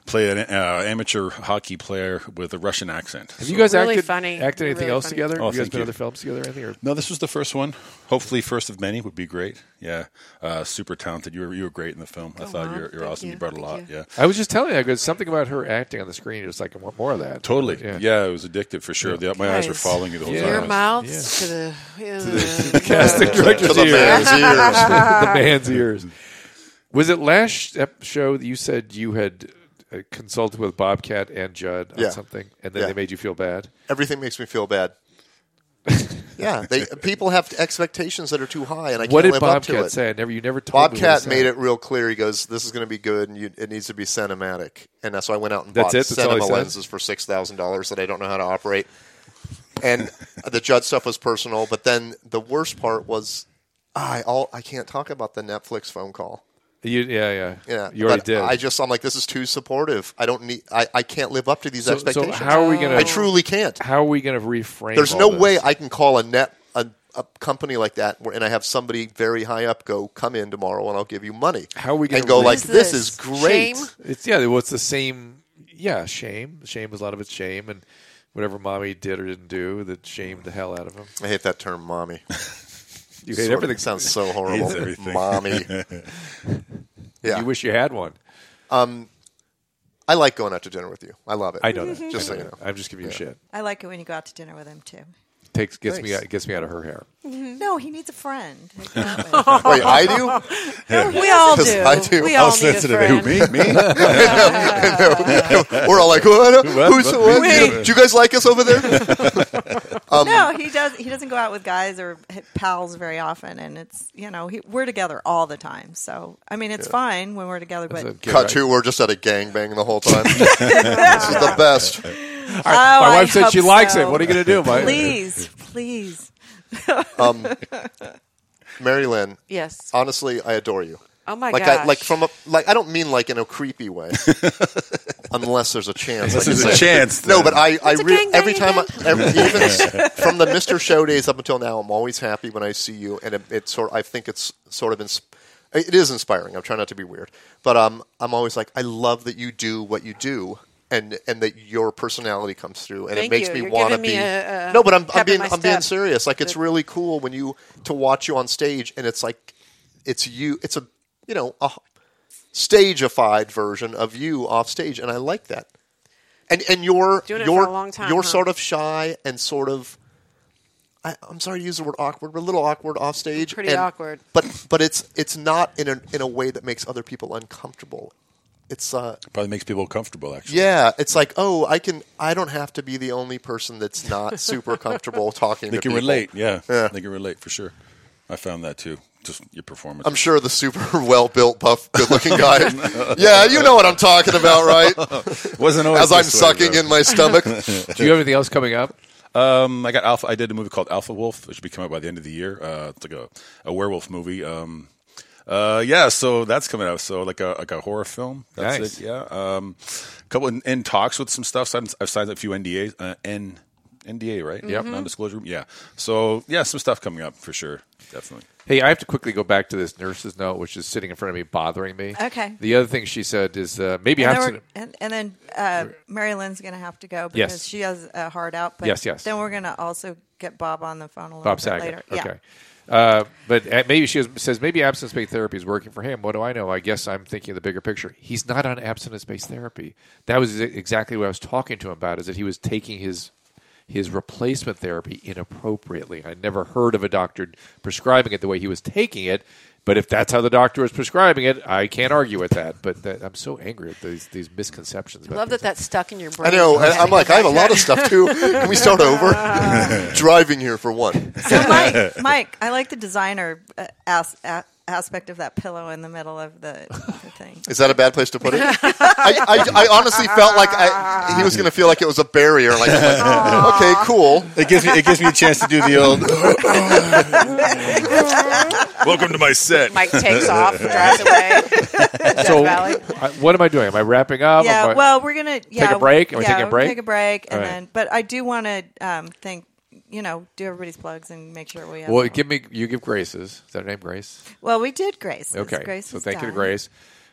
F: play an uh, amateur hockey player with a Russian accent.
A: Have you guys
B: Really
A: acted,
B: funny.
A: acted anything
B: Really
A: else
B: funny.
A: together?
F: Oh,
A: Have you guys
F: thank
A: been
F: you.
A: other films together? or Anything? Or?
F: No, this was the first one. Hopefully, first of many would be great. Yeah, uh, super talented. You were you were great in the film. I thought
B: Oh, wow.
F: you're you're
B: Thank
F: awesome.
B: you.
F: You. brought a
B: Thank
F: lot.
B: you.
F: Yeah,
A: I was just telling you, I was something about her acting on the screen. It was like, I want more of that.
F: totally.
A: Yeah.
F: Yeah. it was addictive for sure. The- my eyes were
B: Guys.
F: following you the whole
A: Yeah.
F: time.
B: Your
F: I was-
B: mouths to the.
A: Casting
C: To
A: director's
C: the
A: ears.
C: man's ears.
A: the man's ears. Was it last sh- ep- show that you said you had uh, consulted with Bobcat and Judd on
C: Yeah.
A: something, and then
C: Yeah.
A: they made you feel bad?
C: Everything makes me feel bad. Yeah, they people have expectations that are too high, and I
A: What
C: can't
A: did
C: live up to
A: Bobcat
C: it.
A: say? I never, you never told me. what he
C: Bobcat
A: said.
C: made it real clear. He goes, "This is going to be good, and you, it needs to be cinematic." And that's why I went out and
A: That's
C: bought
A: it? That's all he
C: cinema
A: said?
C: lenses for six thousand dollars that I don't know how to operate. And the Judd stuff was personal, but then the worst part was I all I can't talk about the Netflix phone call.
A: You, yeah, yeah,
C: Yeah,
A: You already
C: but
A: did.
C: I just I'm like, this is too supportive. I don't need. I, I can't live up to these
A: so, so
C: expectations.
A: how are we gonna?
C: I truly can't.
A: How are we gonna reframe?
C: There's
A: all
C: no
A: this?
C: way I can call a net a, a company like that, where, and I have somebody very high up go, "Come in tomorrow, and I'll give you money."
A: How are we gonna
C: and go
A: re-
C: like,
B: What
C: this?
B: is
C: is
B: this?
C: great."
B: Shame?
A: It's yeah. Well, it's the same. Yeah, shame. Shame is a lot of it's shame, and whatever mommy did or didn't do that shamed the hell out of him.
C: I hate that term, "mommy."
A: You hate
C: Sort of
A: everything.
C: sounds so horrible,
F: Hates everything.
C: mommy. yeah,
A: You wish you had one.
C: I like going out to dinner with you. I love it.
A: I know that.
C: Just so
A: I know
C: you know.
A: that. I'm just giving you shit.
E: I like it when you go out to dinner with him too.
A: Takes gets me
C: Thanks.
A: out, gets me out of her hair.
E: No, he needs a friend.
C: Wait, I do.
B: we all
C: Yes,
B: do.
C: I do.
B: We
F: How
B: all need a
F: sensitive. Who,
B: friend.
F: me? Me?
C: We're all like, what? Who's
F: what?
C: what? Do you guys like us over there?
E: no, he does. He doesn't go out with guys or h- pals very often, and it's you know he, we're together all the time. So I mean, it's fine when we're together, but
A: So, get
C: Cut
A: right.
C: two. We're just at a gangbang the whole time. this is the best.
A: All right, my
E: Oh, I
A: wife said
E: hope
A: she likes
E: so.
A: it. What are you gonna do, Mike?
E: please, please.
C: Mary Lynn,
B: Yes.
C: honestly, I adore you.
B: Oh my
C: like I,
B: gosh.
C: like from a, like I don't mean like in a creepy way, unless there's a chance.
F: Unless
C: I can
F: there's a
C: say.
F: chance,
C: No,
F: then.
C: but I, I
B: a
C: re-
B: gangbang
C: every time, I,
B: again?
C: every, even s- from the Mister Show days up until now, I'm always happy when I see you, and it, it's sort. I think it's sort of. Ins- it is inspiring. I'm trying not to be weird, but um, I'm always like, I love that you do what you do, and and that your personality comes through, and
B: Thank
C: it makes
B: you.
C: me
B: You're
C: want to
B: giving
C: be.
B: me a- a
C: no, but I'm, I'm
B: pep in
C: being
B: my
C: I'm being
B: step.
C: serious. Like it's really cool when you to watch you on stage, and it's like it's you. It's a you know a stageified version of you off stage, and I like that. And and you're
B: Doing it
C: you're
B: for a long time,
C: you're
B: huh?
C: sort of shy and sort of. I, I'm sorry to use the word awkward, but a little awkward off stage.
B: Pretty
C: and-
B: awkward.
C: but but it's it's not in a in a way that makes other people uncomfortable. It's uh
F: Probably makes people comfortable, actually.
C: yeah, it's like oh I can I don't have to be the only person that's not super comfortable talking.
F: They
C: to
F: can
C: people.
F: relate, yeah. They can relate for sure. I found that too. Just your performance.
C: I'm sure the super well built, buff, good looking guy. yeah, you know what I'm talking about, right?
F: wasn't always
C: As I'm
F: this way,
C: sucking
F: though.
C: in my stomach.
A: Do you have anything else coming up?
F: Um, I got Alpha. I did a movie called Alpha Wolf, which will be coming out by the end of the year. Uh, it's like a, a werewolf movie. Um, uh, yeah, so that's coming out. So like a like a horror film. That's
A: Nice.
F: it. Yeah. Um, a couple in, in talks with some stuff. So I've, I've signed a few NDAs. Uh, N NDA, right?
A: Yep. Mhm.
F: Non-disclosure.
C: Mm-hmm.
F: Yeah. So yeah, some stuff coming up for sure. Definitely.
A: Hey, I have to quickly go back to this nurse's note, which is sitting in front of me, bothering me.
E: Okay.
A: The other thing she said is uh, maybe I
E: And,
A: have
E: then
A: to.
E: we're- and, and then uh, Mary Lynn's going to have to go
A: Yes.
E: because she has a hard out. But
A: Yes, yes.
E: Then we're going to also get Bob on the phone a little
A: Bob
E: bit
A: Saget.
E: later.
A: Oh, Okay. Uh, but uh, maybe she says maybe abstinence based therapy is working for him. What do I know? I guess I'm thinking of the bigger picture. He's not on abstinence based therapy. That was ex- exactly what I was talking to him about. Is that he was taking his his replacement therapy inappropriately. I never heard of a doctor prescribing it the way he was taking it. But if that's how the doctor was prescribing it, I can't argue with that. But that, I'm so angry at these these
B: I
A: misconceptions. About
B: love
A: things.
B: that that's stuck in your brain.
C: I know.
B: You
C: And
B: gotta
C: I'm
B: go
C: like, I have a
B: back
C: lot
B: to
C: of stuff too. Can we start over? Driving here for one.
E: Yeah. So Mike, Mike, I like the designer uh, as, a, aspect of that pillow in the middle of the, the thing.
C: Is that a bad place to put it? I, I, I honestly felt like I, he was going to feel like it was a barrier. Like, I'm like, okay, cool.
F: It gives me it gives me a chance to do the old. Welcome to my set.
B: Mike takes off, drives away.
A: so,
B: Valley.
A: I- what am I doing? Am I wrapping up?
E: yeah.
A: Am I-
E: well, we're gonna yeah,
A: a break? Are
E: Yeah,
A: we taking a
E: we're
A: break?
E: gonna Take a break,
A: All
E: and
A: right.
E: then. But I do want to um, think. You know, do everybody's plugs and make sure we. Have
A: well, give me you give Grace's. Is that her name, Grace?
E: Well, we did Grace.
A: Okay.
E: Grace
A: so
E: is
A: thank you to
E: done.
A: Grace.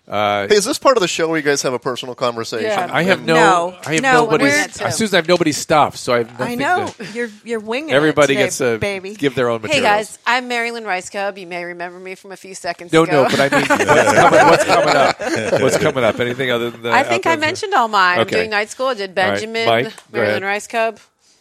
A: Uh,
C: Hey, is this part of the show where you guys have a personal conversation?
B: Yeah.
A: I have no,
E: No.
A: I have
E: No,
A: nobody's.
E: we're-
A: uh, Susan, I have nobody's stuff, so I have
E: I
A: nothing.
E: know
A: To,
E: you're you're winging. it
A: everybody
E: today,
A: gets a
E: baby.
A: give their own
B: Hey
A: materials.
B: guys, I'm Marilyn Rice Cub. You may remember me from a few seconds
A: No,
B: ago.
A: no, but I mean, what's coming, what's coming up? What's coming up? Anything other than that?
B: I think I mentioned all mine.
A: Okay.
B: I'm doing night school. I did
A: right,
B: Benjamin,
A: Mike, go ahead.
B: Marilyn Rice Cub.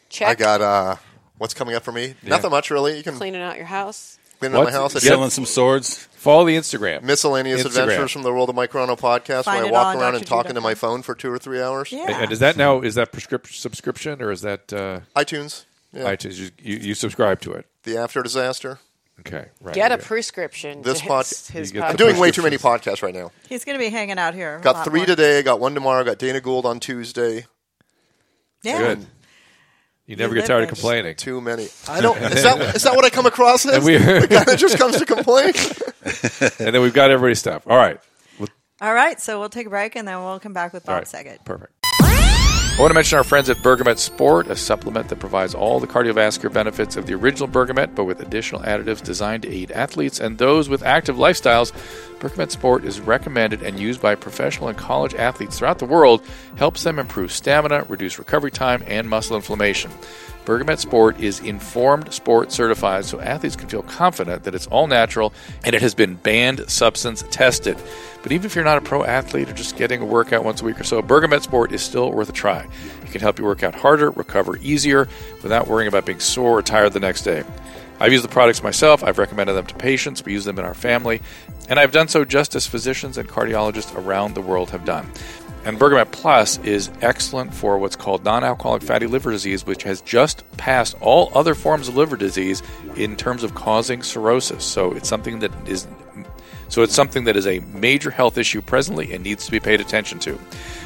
B: Check.
C: I got uh, what's coming up for me? Nothing much, really. You can clean,
B: cleaning out your house.
C: up my
A: What's-
C: house. I
F: Selling some swords.
A: Follow the Instagram.
C: miscellaneous
A: Instagram.
C: adventures from the world of my chrono podcast
E: Find
C: where I
E: it
C: walk
E: all on
C: around and
E: Dr.
C: talking to
E: Judah.
C: my phone for two or three hours.
E: Yeah.
A: And is that now? Is that prescription subscription or is that? Uh,
C: iTunes.
A: iTunes. You, you, you subscribe to it.
C: The after disaster.
A: Okay, right.
B: Get a
A: yeah.
B: prescription.
C: This
B: to
C: pod-
B: his, his
A: You get the
C: I'm
B: podcast.
C: doing way too many podcasts right now.
E: He's going to be hanging out here. a
C: Got
E: lot
C: three
E: more.
C: today. Got one tomorrow. Got Dana Gould on Tuesday.
E: Yeah.
A: Good. You never
E: You
A: get
E: live
A: tired
E: by
A: of complaining.
C: Too many. I don't. Is that is that what I come across as?
A: And we-
C: the guy that just comes to complain.
A: And then we've got everybody's stuff. All right.
E: All right, so we'll take a break and then we'll come back with
A: All
E: Bob
A: right.
E: Saget.
A: Perfect. I want to mention our friends at Bergamet Sport, a supplement that provides all the cardiovascular benefits of the original Bergamet, but with additional additives designed to aid athletes and those with active lifestyles. Bergamet Sport is recommended and used by professional and college athletes throughout the world, helps them improve stamina, reduce recovery time, and muscle inflammation. Bergamet Sport is informed sport certified so athletes can feel confident that it's all natural and it has been banned substance tested. But even if you're not a pro athlete or just getting a workout once a week or so, Bergamet Sport is still worth a try. It can help you work out harder, recover easier without worrying about being sore or tired the next day. I've used the products myself. I've recommended them to patients. We use them in our family. And I've done so just as physicians and cardiologists around the world have done. And Bergamet Plus is excellent for what's called non alcoholic fatty liver disease, which has just passed all other forms of liver disease in terms of causing cirrhosis. So it's something that is so it's something that is a major health issue presently and needs to be paid attention to.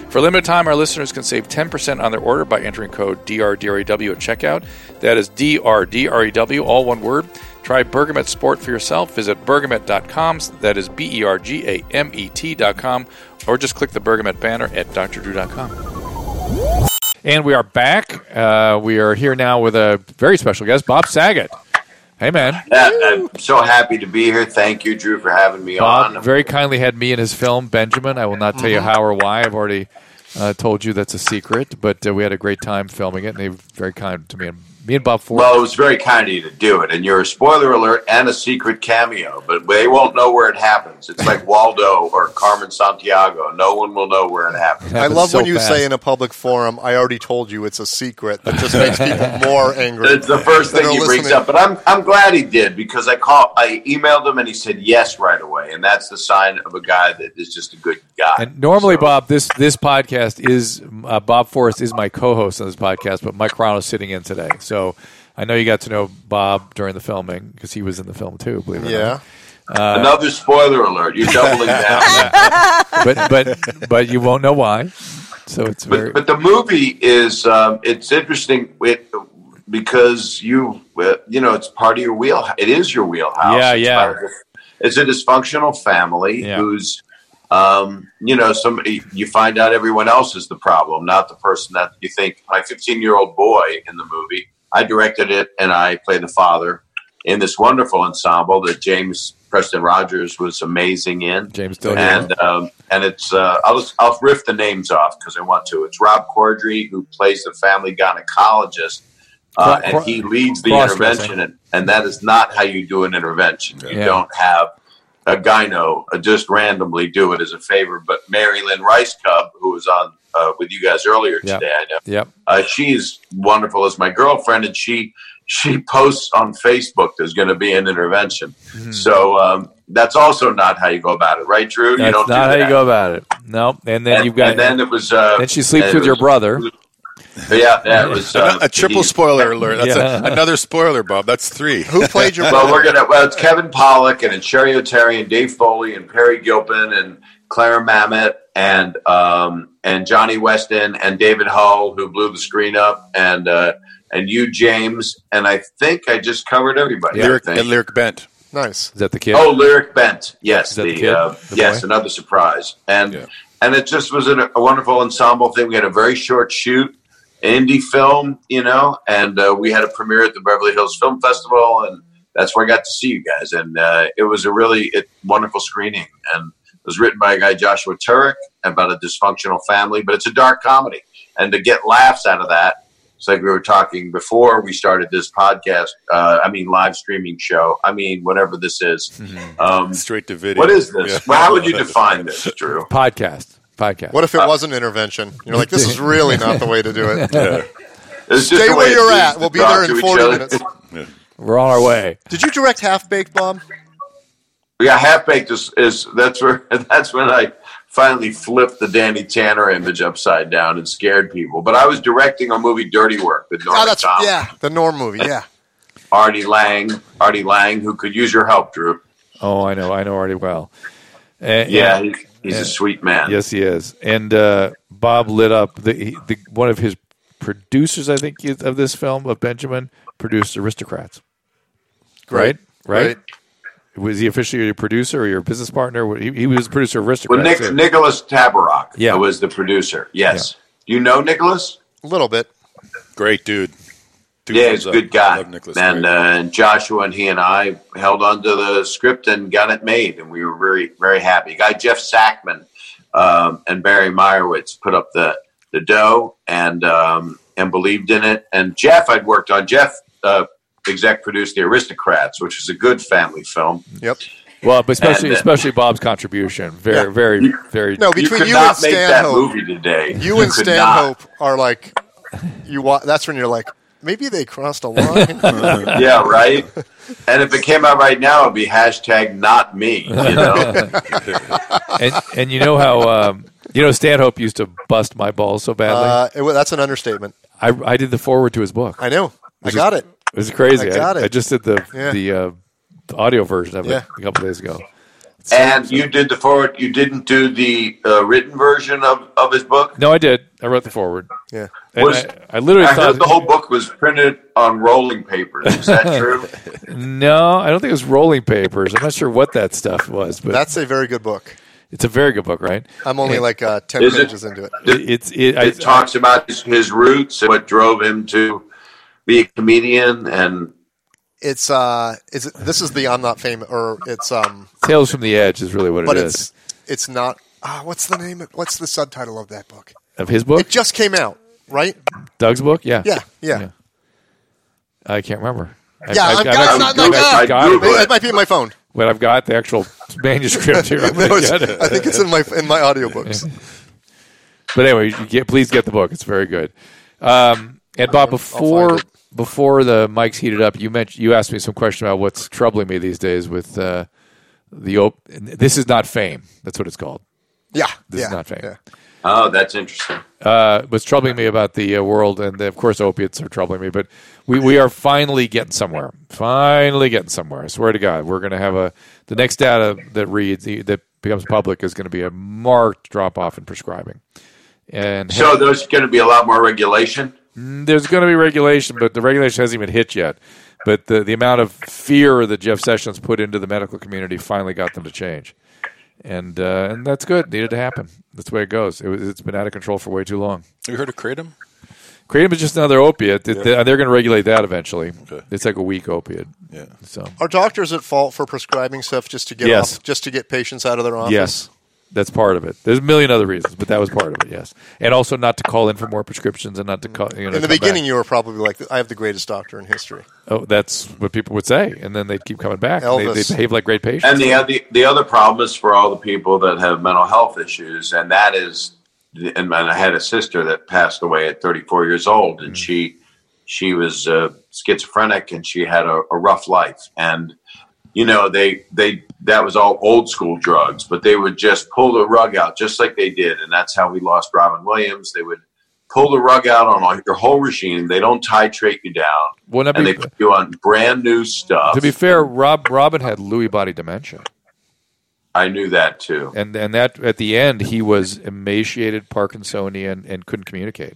A: For a limited time, our listeners can save 10% on their order by entering code DRDREW E at checkout. That is DRDREW, E all one word. Try Bergamet Sport for yourself. Visit bergamet.com, that is B E R G A M E T.com, or just click the Bergamet banner at drdrew.com. And we are back. Uh, we are here now with a very special guest, Bob Saget. Hey, man.
G: Yeah, I'm so happy to be here. Thank you, Drew, for having me
A: Bob
G: on.
A: very kindly had me in his film Benjamin. I will not tell you
G: Mm-hmm.
A: how or why. I've already uh, told you that's a secret, but uh, we had a great time filming it, and they were very kind to me and me and Bob Ford.
G: well, it was very kind of you to do it, and you're a spoiler alert and a secret cameo, but they won't know where it happens. It's like Waldo or Carmen Santiago. No one will know where it happens.
C: I
A: happens
C: love
A: so
C: when you
A: fast.
C: say in a public forum, "I already told you it's a secret." That just makes people more angry.
G: It's the first
C: that
G: thing
C: are
G: he brings
C: listening.
G: up, but I'm I'm glad he did because I call I emailed him and he said yes right away, and that's the sign of a guy that is just a good guy.
A: and normally,
G: So-
A: Bob, this this podcast is uh, Bob Forrest is my co-host on this podcast, but Mike Ron is sitting in today. So I know you got to know Bob during the filming because he was in the film too. Believe it or
C: Yeah.
A: not.
G: Another spoiler alert. You're doubling down.
A: but but but you won't know why. So it's very
G: But, but the movie is um, it's interesting it, because you uh, you know it's part of your wheel. It is your wheelhouse.
A: Yeah,
G: it's
A: yeah.
G: part of- it's a dysfunctional family
A: Yeah.
G: who's um, you know somebody you find out everyone else is the problem, not the person that you think. My 15 year old boy in the movie. I directed it and I play the father in this wonderful ensemble that James Preston Rogers was amazing in
A: James Dillon.
G: and um, and it's uh, I'll just, I'll riff the names off because I want to. It's Rob Corddry who plays the family gynecologist, uh,
A: Cro-
G: and he leads the
A: cross-dressing.
G: intervention, and, and that is not how you do an intervention. You
A: Yeah.
G: don't have a gyno uh, just randomly do it as a favor. But Mary Lynn Rice Cub, who was on uh, with you guys earlier
A: Yeah.
G: today, I know
A: Yep.
G: uh, she's wonderful as my girlfriend, and she she posts on Facebook there's going to be an intervention. So um, that's also not how you go about it, right, Drew?
A: That's not
G: do
A: how you
G: that.
A: go about it. No. And then
G: And,
A: you've got
G: and then it was. Uh,
A: then she sleeps
G: it
A: with your
G: was-
A: brother.
G: Yeah, yeah, it was uh,
F: a triple
G: he-
F: spoiler alert. That's
A: Yeah.
F: a, another spoiler, Bob. That's three.
C: Who played your?
G: Well, we're gonna. Well, it's Kevin Pollock and it's Sherry O'Terry and Dave Foley and Perry Gilpin and Clara Mamet and um, and Johnny Weston and David Hull who blew the screen up and uh, and you James and I think I just covered everybody. I
F: lyric
G: think.
F: and lyric bent.
C: nice.
A: Is that the kid?
G: Oh, lyric bent. Yes,
A: Is that
G: the,
A: the kid?
G: uh,
A: The
G: yes,
A: boy?
G: another surprise, and
F: Yeah.
G: and it just was an, a wonderful ensemble thing. We had a very short shoot, indie film, you know, and uh, we had a premiere at the Beverly Hills Film Festival, and that's where I got to see you guys, and uh, it was a really it, wonderful screening, and it was written by a guy Joshua Turek about a dysfunctional family, but it's a dark comedy, and to get laughs out of that it's like we were talking before we started this podcast. Uh, I mean, live streaming show. I mean, whatever this is.
C: Mm-hmm.
G: Um,
F: Straight to video.
G: what is this?
F: Yeah.
G: Well, how would you define this, Drew?
A: Podcast. Podcast.
C: What if
G: Uh,
C: it was an intervention? You're like, this is really not the way to do it.
F: Yeah.
G: It's just
C: Stay
G: the
C: where
G: way it
C: you're
G: is
C: at.
G: to
C: We'll be
G: talk
C: there in
G: to each
C: 40
G: other.
C: minutes.
A: We're on our way.
C: Did you direct Half Baked, Bob?
G: Yeah, half baked is, is that's where that's when I finally flipped the Danny Tanner image upside down and scared people. But I was directing a movie, Dirty Work, with Norman
C: Oh, that's
G: Thomas,
C: yeah, the Norm movie. Yeah,
G: Artie Lang, Artie Lang, who could use your help, Drew.
A: Oh, I know, I know already well. And-
G: Yeah,
A: and-
G: he, he's
A: Yeah.
G: a sweet man.
A: yes, he is. And uh, Bob lit up the, he- the one of his producers, I think, is- of this film of Benjamin produced Aristocrats. Right, right.
C: Right.
A: Was he officially your producer or your business partner? He, he was the producer of Aristocrats.
G: Well, Nick,
A: too.
G: Nicholas Tabarrok
A: Yeah.
G: was the producer. Yes. You know Nicholas?
C: a little bit.
F: Great dude. Dude
G: yeah,
F: thumbs
G: he's a
F: up.
G: good
F: uh, I
G: guy.
F: love Nicholas.
G: and
F: Cage.
G: uh, Joshua and he and I held on to the script and got it made, and we were very, very happy. Guy Jeff Sackman um, and Barry Meyerowitz put up the the dough and um, and believed in it. And Jeff, I'd worked on Jeff. Uh, exec produced the Aristocrats, which is a good family film.
C: Yep.
A: Well, but especially
G: And, uh,
A: especially Bob's contribution. Very,
C: Yeah.
A: very, very.
C: No,
G: you
C: between
G: could
C: you, and
G: not make that
C: Stanhope,
G: movie today.
C: you and
G: could not.
C: Stanhope are like you. Wa- that's when you're like, maybe they crossed a line. Uh,
G: yeah, right. And if it came out right now, it'd be hashtag not me. You know,
A: And, and you know how um, you know Stanhope used to bust my balls so badly.
C: uh, it, wa- that's an understatement.
A: I I did the forward to his book.
C: I know. I
A: This
C: got
A: is-
C: it.
A: It was crazy.
C: I got it.
A: I just did the
C: Yeah.
A: the, uh, the audio version of it
C: Yeah.
A: a couple days ago.
G: and you did the forward. You didn't do the uh, written version of, of his book.
A: No, I did. I wrote the forward.
C: Yeah.
A: And
G: Was-
A: I, I literally
G: I
A: thought
G: heard the whole book was printed on rolling papers. Is that true?
A: no, I don't think it was rolling papers. I'm not sure what that stuff was, but
C: That's a very good book.
A: it's a very good book, right?
C: I'm only like uh, ten
G: Is it-
C: pages into it.
A: It, it's it, I,
G: it talks about his, his roots and what drove him to be a comedian. And
C: It's uh, is it, this is the I'm not famous or it's um,
A: Tales from the Edge is really what
C: but
A: it is
C: it's it's not. Uh, what's the name? Of, what's the subtitle of that book?
A: of his book,
C: It just came out, right?
A: Doug's book. Yeah,
C: Yeah, yeah.
A: I can't remember. I-
C: Yeah, I'm-
A: I've
C: guys,
A: actually-
C: not- not-
A: I've got it,
G: Google
C: It might be in my phone.
A: but I've got the actual manuscript here. I'm
C: No,
A: gonna
C: it's-
A: get it.
C: I think it's in my in my audiobooks.
A: But anyway, you get, please get the book. It's very good. Um, and Bob, before
C: find it.
A: before the mics heated up, you mentioned you asked me some question about what's troubling me these days with uh, the op- This is not fame. That's what it's called.
C: Yeah,
A: This
C: yeah,
A: is not fame.
C: yeah.
G: oh, that's interesting.
A: Uh, what's troubling me about the uh, world, and of course, opiates are troubling me. But we, we are finally getting somewhere. Finally getting somewhere. I swear to God, we're going to have a the next data that reads that becomes public is going to be a marked drop off in prescribing. And
G: So there's going to be a lot more regulation.
A: there's going to be regulation, but the regulation hasn't even hit yet. But the, the amount of fear that Jeff Sessions put into the medical community finally got them to change, and uh, and that's good. Needed to happen. That's the way it goes. It was, it's been out of control for way too long.
F: Have you heard of Kratom?
A: Kratom is just another opiate. It- They're going to regulate that eventually.
F: Okay.
A: It's like a weak opiate.
F: Yeah.
A: So
C: Are doctors at fault for prescribing stuff just to get
A: Yes.
C: off, just to get patients out of their office?
A: yes, that's part of it. There's a million other reasons, but that was part of it. Yes, and also not to call in for more prescriptions and not to call. You know,
C: In the
A: come
C: beginning,
A: back.
C: you were probably like, "I have the greatest doctor in history."
A: oh, that's what people would say, and then they'd keep coming back. and They,
C: Elvis.
A: they behave like great patients.
G: And the other the other problem is for all the people that have mental health issues, and that is, and I had a sister that passed away at 34 years old,
A: Mm.
G: and she she was uh, schizophrenic, and she had a, a rough life, and you know they they that was all old school drugs, but they would just pull the rug out just like they did, and that's how we lost Robin Williams. They would pull the rug out on all, your whole regime. They don't titrate you down,
A: Wouldn't that
G: and
A: be-
G: they put you on brand new stuff.
A: To be fair, Rob Robin had Lewy body dementia,
G: I knew that too.
A: and and that at the end he was emaciated, Parkinsonian, and couldn't communicate.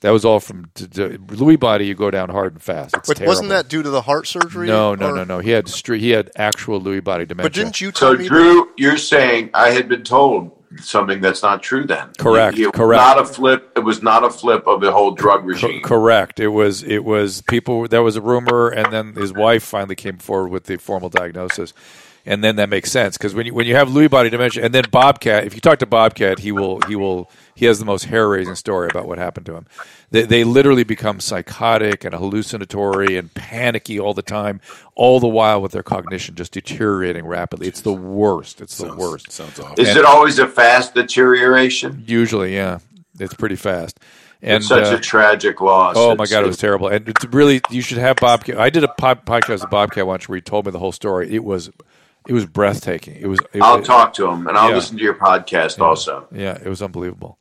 A: That was all from d- d- Lewy body. You go down hard and fast. It's
C: But
A: terrible.
C: wasn't that due to the heart surgery?
A: No, no,
C: or-
A: no, no. He had stre- he had actual Lewy body dementia.
C: But didn't you tell
G: So,
C: me?
G: Drew, you're saying I had been told something that's not true. Then
A: Correct,
G: It was
A: correct.
G: Not a flip. It was not a flip of the whole drug
A: Co-
G: regime.
A: correct. It was it was people. There was a rumor, and then his wife finally came forward with the formal diagnosis, and then that makes sense because when you when you have Lewy body dementia, and then Bobcat. If you talk to Bobcat, he will he will he has the most hair raising story about what happened to him. They they literally become psychotic and hallucinatory and panicky all the time, all the while with their cognition just deteriorating rapidly. It's the worst. It's the worst.
F: Sounds awful.
G: Is it always a fast deterioration?
A: Usually, yeah, it's pretty fast. And
G: It's such
A: uh,
G: a tragic loss.
A: Oh my
G: It's-
A: god, it was terrible. And it's really you should have Bobcat. I did a pod- podcast with Bobcat once where he told me the whole story. It was It was breathtaking. It was. It,
G: I'll
A: it-
G: talk to him, and I'll
A: Yeah.
G: listen to your podcast also.
A: Yeah, it was unbelievable.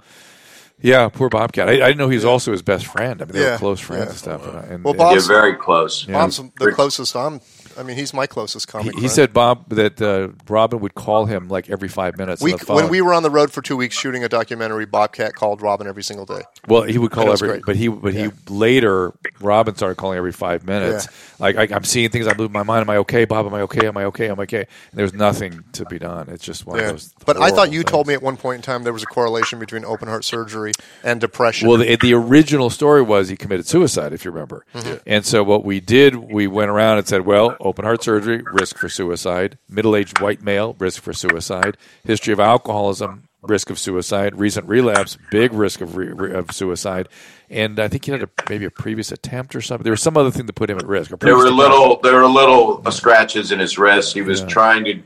A: Yeah, poor Bobcat. I, I didn't know he was also his best friend. I mean, they
C: Yeah,
A: were close friends
C: yeah.
A: and stuff. And, and-
C: Well,
A: and-
C: Bob-
G: You're very close.
C: Bob's the
G: Rick-
C: closest I'm. I mean, he's my closest comic.
A: he, he
C: friend.
A: said Bob that uh, Robin would call him like every five minutes.
C: we,
A: on the phone.
C: when we were on the road for two weeks shooting a documentary, Bobcat called Robin every single day.
A: Well, he would call
C: That was
A: every,
C: great.
A: but he, but
C: Yeah.
A: he later, Robin started calling every five minutes. Like I, I'm seeing things, I'm losing my mind. Am I okay, Bob? Am I okay? Am I okay? Am I okay? And there was nothing to be done. It's just one of
C: Yeah.
A: those.
C: But I thought you
A: horrible
C: told me
A: things.
C: at one point in time there was a correlation between open heart surgery and depression.
A: Well, the, the original story was he committed suicide, if you remember.
G: Mm-hmm.
A: And so what we did, we went around and said, well, open heart surgery, risk for suicide. Middle aged white male, risk for suicide. History of alcoholism, risk of suicide. Recent relapse, big risk of, re- re- of suicide. And I think he had a, maybe a previous attempt or something. There was some other thing that put him at risk. a
G: There
A: previous
G: were
A: attempt.
G: little, there were little uh, scratches in his wrist. He was trying to,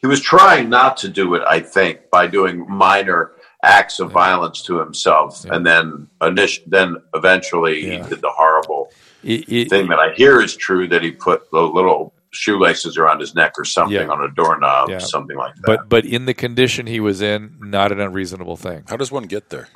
G: he was trying not to do it. I think by doing minor acts of violence to himself, and then init- then eventually
A: Yeah.
G: he did the horrible
A: He- he-
G: thing that I hear is true that he put the little shoelaces around his neck or something
A: Yeah.
G: on a doorknob,
A: Yeah.
G: something like that.
A: but, but in the condition he was in, not an unreasonable thing.
F: How does one get there?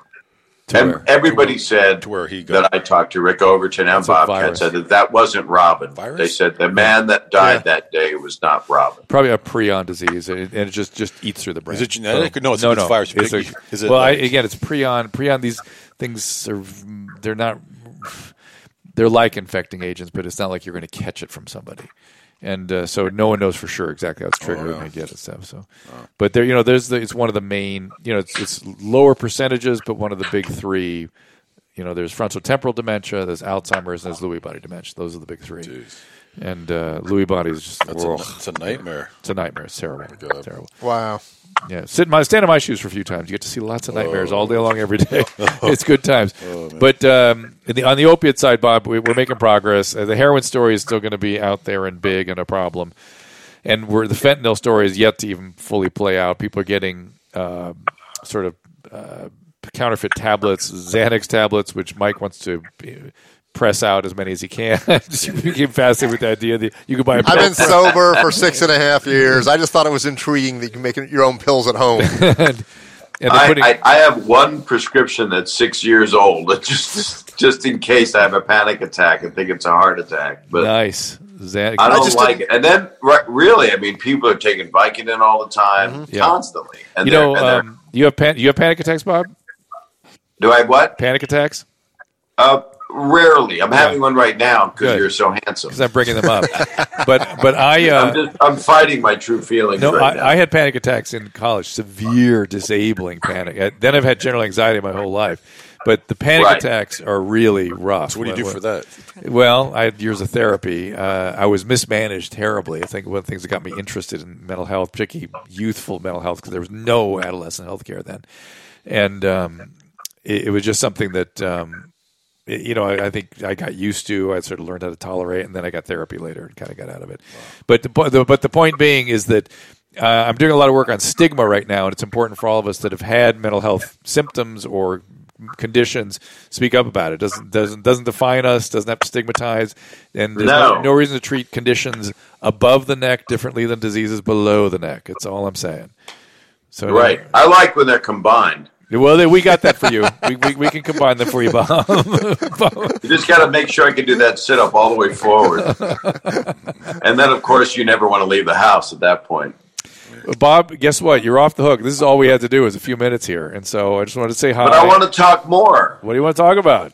A: to
G: and
A: wear.
G: everybody said
F: to where he got-
G: that I talked to Rick Overton and
A: It's a
G: Bobcat
A: virus.
G: said that that wasn't Robin.
F: Virus?
G: They said the man that died that day was not Robin.
A: probably a prion disease, and it, and it just just eats through the brain.
F: Is it genetic?
A: So-
F: No, it's-
A: no,
F: it's
A: no.
F: virus. You
A: It's
F: pick-
A: a-
F: is it
A: well,
F: like-
A: I, again, it's prion. Prion. These things are they're not they're like infecting agents, but it's not like you're going to catch it from somebody. And uh, so no one knows for sure exactly how it's triggered
F: Oh,
A: when they get it stuff. So, but there, you know, there's the, it's one of the main, you know, it's, it's lower percentages, but one of the big three. You know, there's frontotemporal dementia, there's Alzheimer's, and there's Lewy body dementia. Those are the big three. And uh, Lewy body is just
F: That's a,
A: ugh.
F: that's a nightmare.
A: It's a nightmare. It's terrible.
F: God.
A: terrible.
C: wow.
A: Yeah. Sit in my stand in my shoes for a few times. You get to see lots of nightmares all day long, every day. it's good times. but um, in the, on the opiate side, Bob, we, we're making progress. Uh, the heroin story is still going to be out there and big and a problem. And we're, the fentanyl story is yet to even fully play out. People are getting uh, sort of uh, counterfeit tablets, Xanax tablets, which Mike wants to. uh, Press out as many as he can. Just became fascinated with the idea that you could buy. A
C: I've been sober for six and a half years. I just thought it was intriguing that you can make your own pills at home.
A: and they're
G: I,
A: putting-
G: I, I have one prescription that's six years old, just just in case I have a panic attack and think it's a heart attack. But
A: Nice. Xanax.
G: I don't
C: just
G: like it. And then, right, really, I mean, people are taking Vicodin all the time,
A: Mm-hmm. Yeah.
G: constantly. And
A: you
G: they're-
A: know,
G: and they're-
A: um, you have pan- you have panic attacks, Bob.
G: do I what?
A: Panic attacks
G: Uh, rarely. I'm having one right now because
A: Good. uh,
G: you're so handsome.
A: because I'm bringing them up. but but I
G: I'm
A: uh,
G: just I'm fighting my true feelings
A: no,
G: right now.
A: I, I had panic attacks in college, severe disabling panic. I, then I've had general anxiety my whole life. But the panic
G: Right.
A: attacks are really rough.
F: So what do you do for that?
A: Well, I had years of therapy. Uh, I was mismanaged terribly. I think one of the things that got me interested in mental health, particularly youthful mental health, because there was no adolescent health care then, and um, it, it was just something that um, it- you know I, I think I got used to. I sort of learned how to tolerate, and then I got therapy later and kind of got out of it. But the, po- the but the point being is that. Uh, I'm doing a lot of work on stigma right now, and it's important for all of us that have had mental health symptoms or conditions speak up about it doesn't doesn't doesn't define us doesn't have to stigmatize and there's no.
G: No.
A: no reason to treat conditions above the neck differently than diseases below the neck it's all i'm saying so
G: right. I like when they're combined.
A: well then we got that for you we, we, we can combine them for you bob
G: You just got to make sure I can do that sit up all the way forward. and then, of course, you never want to leave the house at that point.
A: bob guess what you're off the hook this is all we had to do was a few minutes here and so i just wanted to say hi
G: But I want to talk more.
A: what do you want to talk about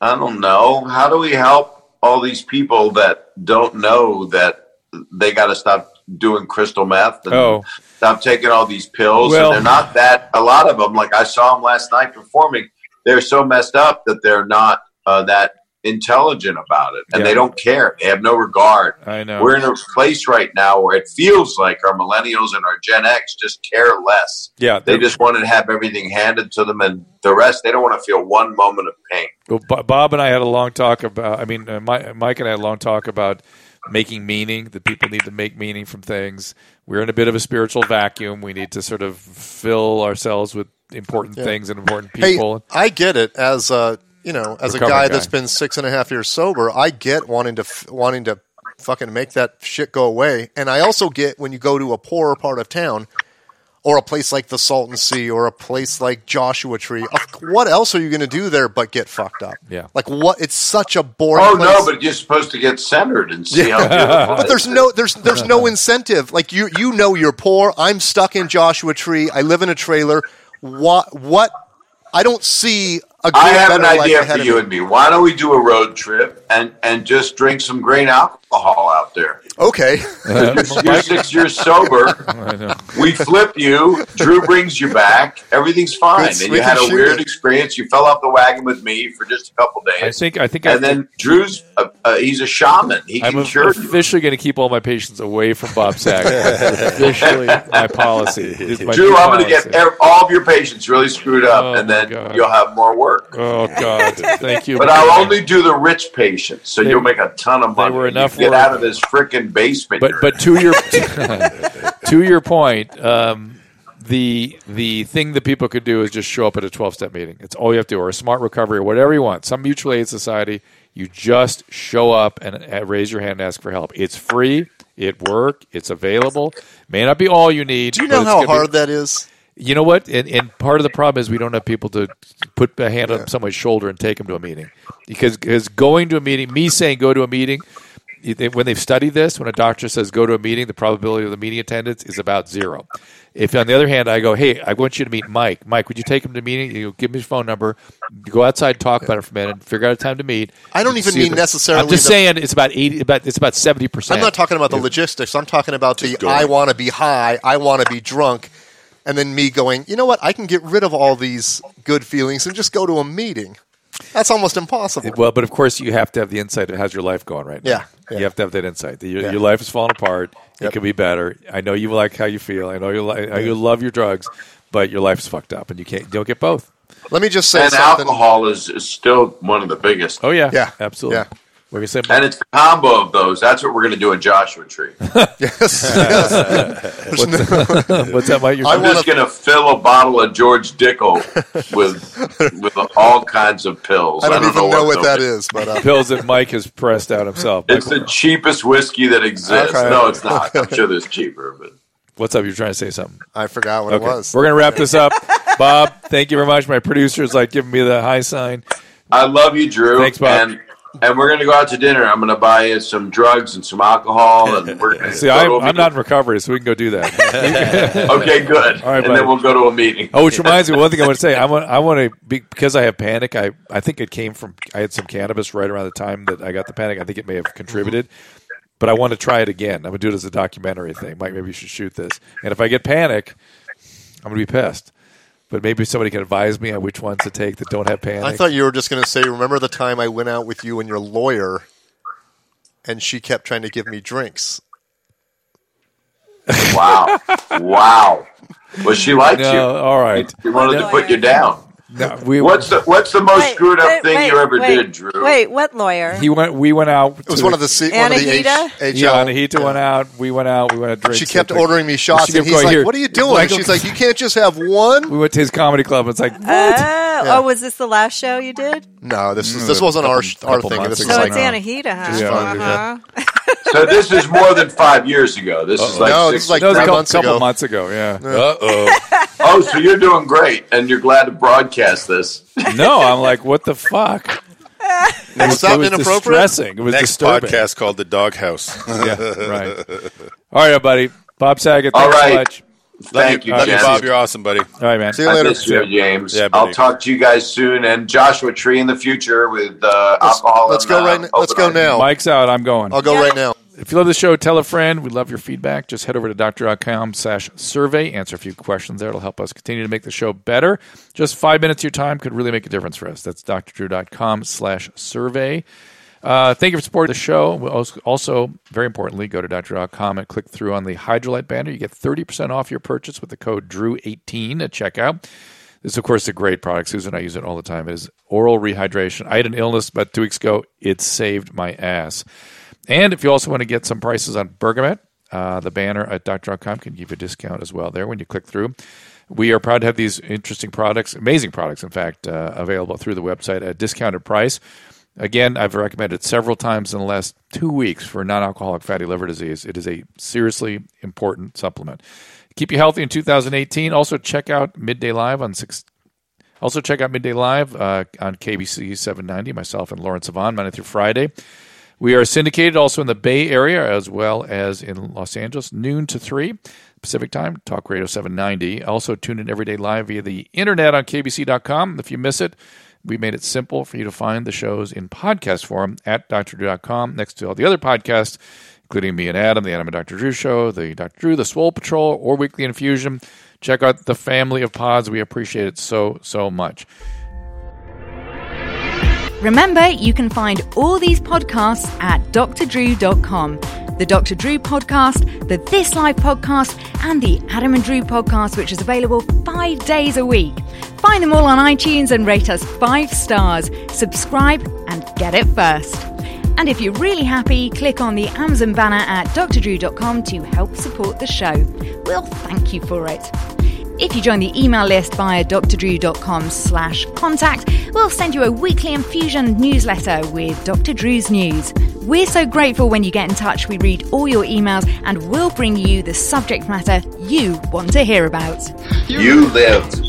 G: I don't know. How do we help all these people that don't know that they got to stop doing crystal meth and
A: Oh.
G: stop taking all these pills?
A: Well-
G: and they're not that. A lot of them, like I saw them last night performing, they're so messed up that they're not uh, that intelligent about it, and
A: Yeah.
G: they don't care. They have no regard.
A: i know
G: We're in a place right now where it feels like our millennials and our Gen X just care less.
A: yeah
G: They just want to have everything handed to them, and the rest they don't want to feel one moment of pain.
A: Well, Bo- Bob and I had a long talk about. I mean, uh, Mi- Mike and I had a long talk about making meaning. That people need to make meaning from things. We're in a bit of a spiritual vacuum. We need to sort of fill ourselves with important things and important people.
C: Hey, I get it as a you know as a
A: Recovered
C: guy,
A: guy.
C: that's been six and a half years sober. I get wanting to f- wanting to fucking make that shit go away. And I also get when you go to a poorer part of town or a place like the Salton Sea or a place like Joshua Tree. of- What else are you going to do there but get fucked up?
A: Yeah.
C: Like what? It's such a boring.
G: Oh
C: place.
G: no, but you're supposed to get centered and see how. beautiful
C: But
G: it
C: there's
G: is.
C: no there's there's no incentive. Like you you know you're poor. I'm stuck in Joshua Tree. I live in a trailer. What what? I don't see a good
G: I have an
C: better life
G: idea
C: ahead
G: for
C: of
G: you
C: me.
G: and me. Why don't we do a road trip and and just drink some grain alcohol out there?
C: Okay.
G: You're six years sober. we flip you. Drew brings you back. Everything's fine.
C: Good,
G: And
C: we
G: you
C: can
G: had a
C: shoot
G: weird
C: it.
G: experience. You fell off the wagon with me for just a couple days.
A: I think I think
G: and then Drew's a, uh, he's a shaman. He
A: I'm
G: can
A: a-
G: cure you.
A: officially going to keep all my patients away from Bob Sack. officially, my policy. It's my
G: Drew,
A: new
G: I'm going to
A: policy.
G: get ev- all of your patients really screwed up,
A: Oh,
G: and
A: my
G: then
A: God.
G: you'll have more work.
A: Oh God! Thank you.
G: But I'll only do the rich patients, so
A: They-
G: you'll make a ton of money.
A: were
G: You
A: enough
G: can get
A: work.
G: out of this freaking basement.
A: But
G: you're
A: but to your to your point, um, the the thing that people could do is just show up at a twelve step meeting. It's all you have to, do, or a smart recovery, or whatever you want. Some mutual aid society. You just show up and uh, raise your hand and ask for help. It's free. It work. It's available. May not be all you need.
C: Do you know how hard that is?
A: You know what? And, and part of the problem is we don't have people to put a hand on someone's shoulder and take them to a meeting. Because, because going to a meeting, me saying go to a meeting, you think- when they've studied this, when a doctor says go to a meeting, the probability of the meeting attendance is about zero. If, on the other hand, I go, hey, I want you to meet Mike. Mike, would you take him to a meeting? You give me his phone number. You go outside, talk about it for a minute, figure out a time to meet.
C: I don't
A: You
C: even
A: see
C: mean
A: the-
C: necessarily
A: I'm just
C: the-
A: saying it's about eighty. About it's about seventy percent.
C: I'm not talking about the logistics. I'm talking about the
F: go.
C: I want to be high, I want to be drunk, and then me going, you know what? I can get rid of all these good feelings and just go to a meeting. That's almost impossible.
A: Well, but of course you have to have the insight of how's your life going right now.
C: Yeah, yeah.
A: You have to have that insight. Your, your life is falling apart. It
C: Yep.
A: could be better. I know you like how you feel. I know you like you love your drugs, but your life's fucked up, and you can't. You don't get both.
C: Let me just say
G: and
C: something.
G: alcohol is, is still one of the biggest.
A: Oh yeah,
C: Yeah,
A: absolutely.
C: yeah.
A: We're gonna say
G: And it's the combo of those. That's what we're going to do in Joshua Tree.
C: Yes, yes.
A: what's that, Mike? You're
C: I
G: I'm
C: wanna-
G: just going to fill a bottle of George Dickel with with all kinds of pills.
C: I don't even know what that
G: that is.
C: is, but uh,
A: pills that Mike has pressed out himself.
G: It's
A: Mike,
G: the cheapest whiskey that exists.
C: Okay.
G: No, it's not. I'm sure there's cheaper, but
A: what's up? You're trying to say something.
C: I forgot what
A: Okay.
C: it was.
A: We're gonna wrap this up. Bob, thank you very much. My producer is like giving me the high sign.
G: I love you, Drew.
A: Thanks, Bob.
G: And, and we're gonna go out to dinner. I'm gonna buy you some drugs and some alcohol, and we're gonna
A: See,
G: go
A: I'm,
G: to a
A: I'm not in
G: meeting.
A: recovery, so we can go do that.
G: okay. Good.
A: All right,
G: and
A: buddy.
G: then we'll go to a meeting.
A: Oh, which reminds me, one thing I want to say, I want, I want to be, because I have panic. I, I think it came from I had some cannabis right around the time that I got the panic. I think it may have contributed, but I want to try it again. I'm gonna do it as a documentary thing. Mike, maybe you should shoot this. And if I get panic, I'm gonna be pissed. But maybe somebody can advise me on which ones to take that don't have panic.
C: I thought you were just going to say, remember the time I went out with you and your lawyer, and she kept trying to give me drinks.
G: Wow. wow. Well, she liked
A: no,
G: you.
A: all right.
G: She wanted to
E: No.
G: put you down.
A: No, we,
G: What's the What's the most screwed up thing you ever
E: wait,
G: did, Drew?
E: Wait, what lawyer?
A: he went. We went out.
C: It was one of the C- one of the H-
E: Anahita?
C: HL.
A: Yeah, Anahita went out. We went out. We went out.
C: She
A: drinks.
C: kept
A: Like,
C: ordering me shots,
A: She kept
C: and he's
A: going,
C: like,
A: "Here,
C: "What are you doing?"
A: Michael- Mm.
C: She's like, "You can't just have one."
A: We went to his comedy club. and It's like
E: oh, oh, was this the last show you did?
C: No, this is this wasn't our
A: Mm. couple-
C: our
A: couple
C: thing.
A: months
C: This
A: ago.
C: was
E: So
A: like-
E: it's
A: no.
E: Anahita, huh?
A: Just fun.
E: Uh-huh.
G: So this is more than five years ago. This is like
C: No,
G: six
C: this is like
A: that was a
C: three
A: couple,
C: months
A: couple
C: ago.
A: months ago. Yeah.
F: Uh oh.
G: Oh, so you're doing great, and you're glad to broadcast this.
A: No, I'm like, what the fuck?
C: was that
A: it was
C: inappropriate?
A: distressing. It was
F: Next
A: disturbing.
F: podcast called The Doghouse.
A: Yeah, right. All right, everybody. Bob Saget,
G: All
A: thanks so
G: right.
A: much.
G: Thank you,
F: Love you,
G: Jen.
F: Bob. You're awesome, buddy.
A: All right, man.
C: See you
G: I
C: later.
G: miss you, James.
F: Yeah, buddy.
G: I'll talk to you guys soon. And Joshua Tree in the future with uh, alcohol.
C: Let's
G: and,
C: go
G: uh,
C: right. n- Let's
G: open
C: go
G: arms.
C: now.
A: Mike's out. I'm going.
C: I'll go right now.
A: If you love the show, tell a friend. We love your feedback. Just head over to doctor.com slash survey. Answer a few questions there. It'll help us continue to make the show better. Just five minutes of your time could really make a difference for us. That's drdrew.com slash survey. Uh, thank you for supporting the show. We'll also, also, very importantly, go to doctor.com and click through on the Hydrolite banner. You get 30% off your purchase with the code DREW18 at checkout. This, of course, is a great product. Susan and I use it all the time. It is oral rehydration. I had an illness about two weeks ago. It saved my ass. And if you also want to get some prices on bergamot, uh, the banner at doctor.com can give you a discount as well there when you click through. We are proud to have these interesting products, amazing products, in fact, uh, available through the website at a discounted price. Again, I've recommended several times in the last two weeks for non alcoholic fatty liver disease. It is a seriously important supplement. Keep you healthy in 2018. Also, check out Midday Live on six. Also, check out Midday Live uh, on KBC 790, myself and Lawrence Savon, Monday through Friday. We are syndicated also in the Bay Area as well as in Los Angeles, noon to 3 Pacific time, Talk Radio 790. Also, tune in every day live via the internet on KBC.com. If you miss it, we made it simple for you to find the shows in podcast form at drdrew.com next to all the other podcasts, including me and Adam, the Adam and Dr. Drew show, the Dr. Drew, the Swole Patrol, or Weekly Infusion. Check out the family of pods. We appreciate it so, so much.
H: Remember, you can find all these podcasts at drdrew.com. The Dr. Drew podcast, the This Life podcast, and the Adam and Drew podcast, which is available five days a week. Find them all on iTunes and rate us five stars. Subscribe and get it first. And if you're really happy, click on the Amazon banner at drdrew.com to help support the show. We'll thank you for it. If you join the email list via drdrew.com slash contact, we'll send you a weekly infusion newsletter with Dr. Drew's news. We're so grateful when you get in touch. We read all your emails and we'll bring you the subject matter you want to hear about.
G: You lived.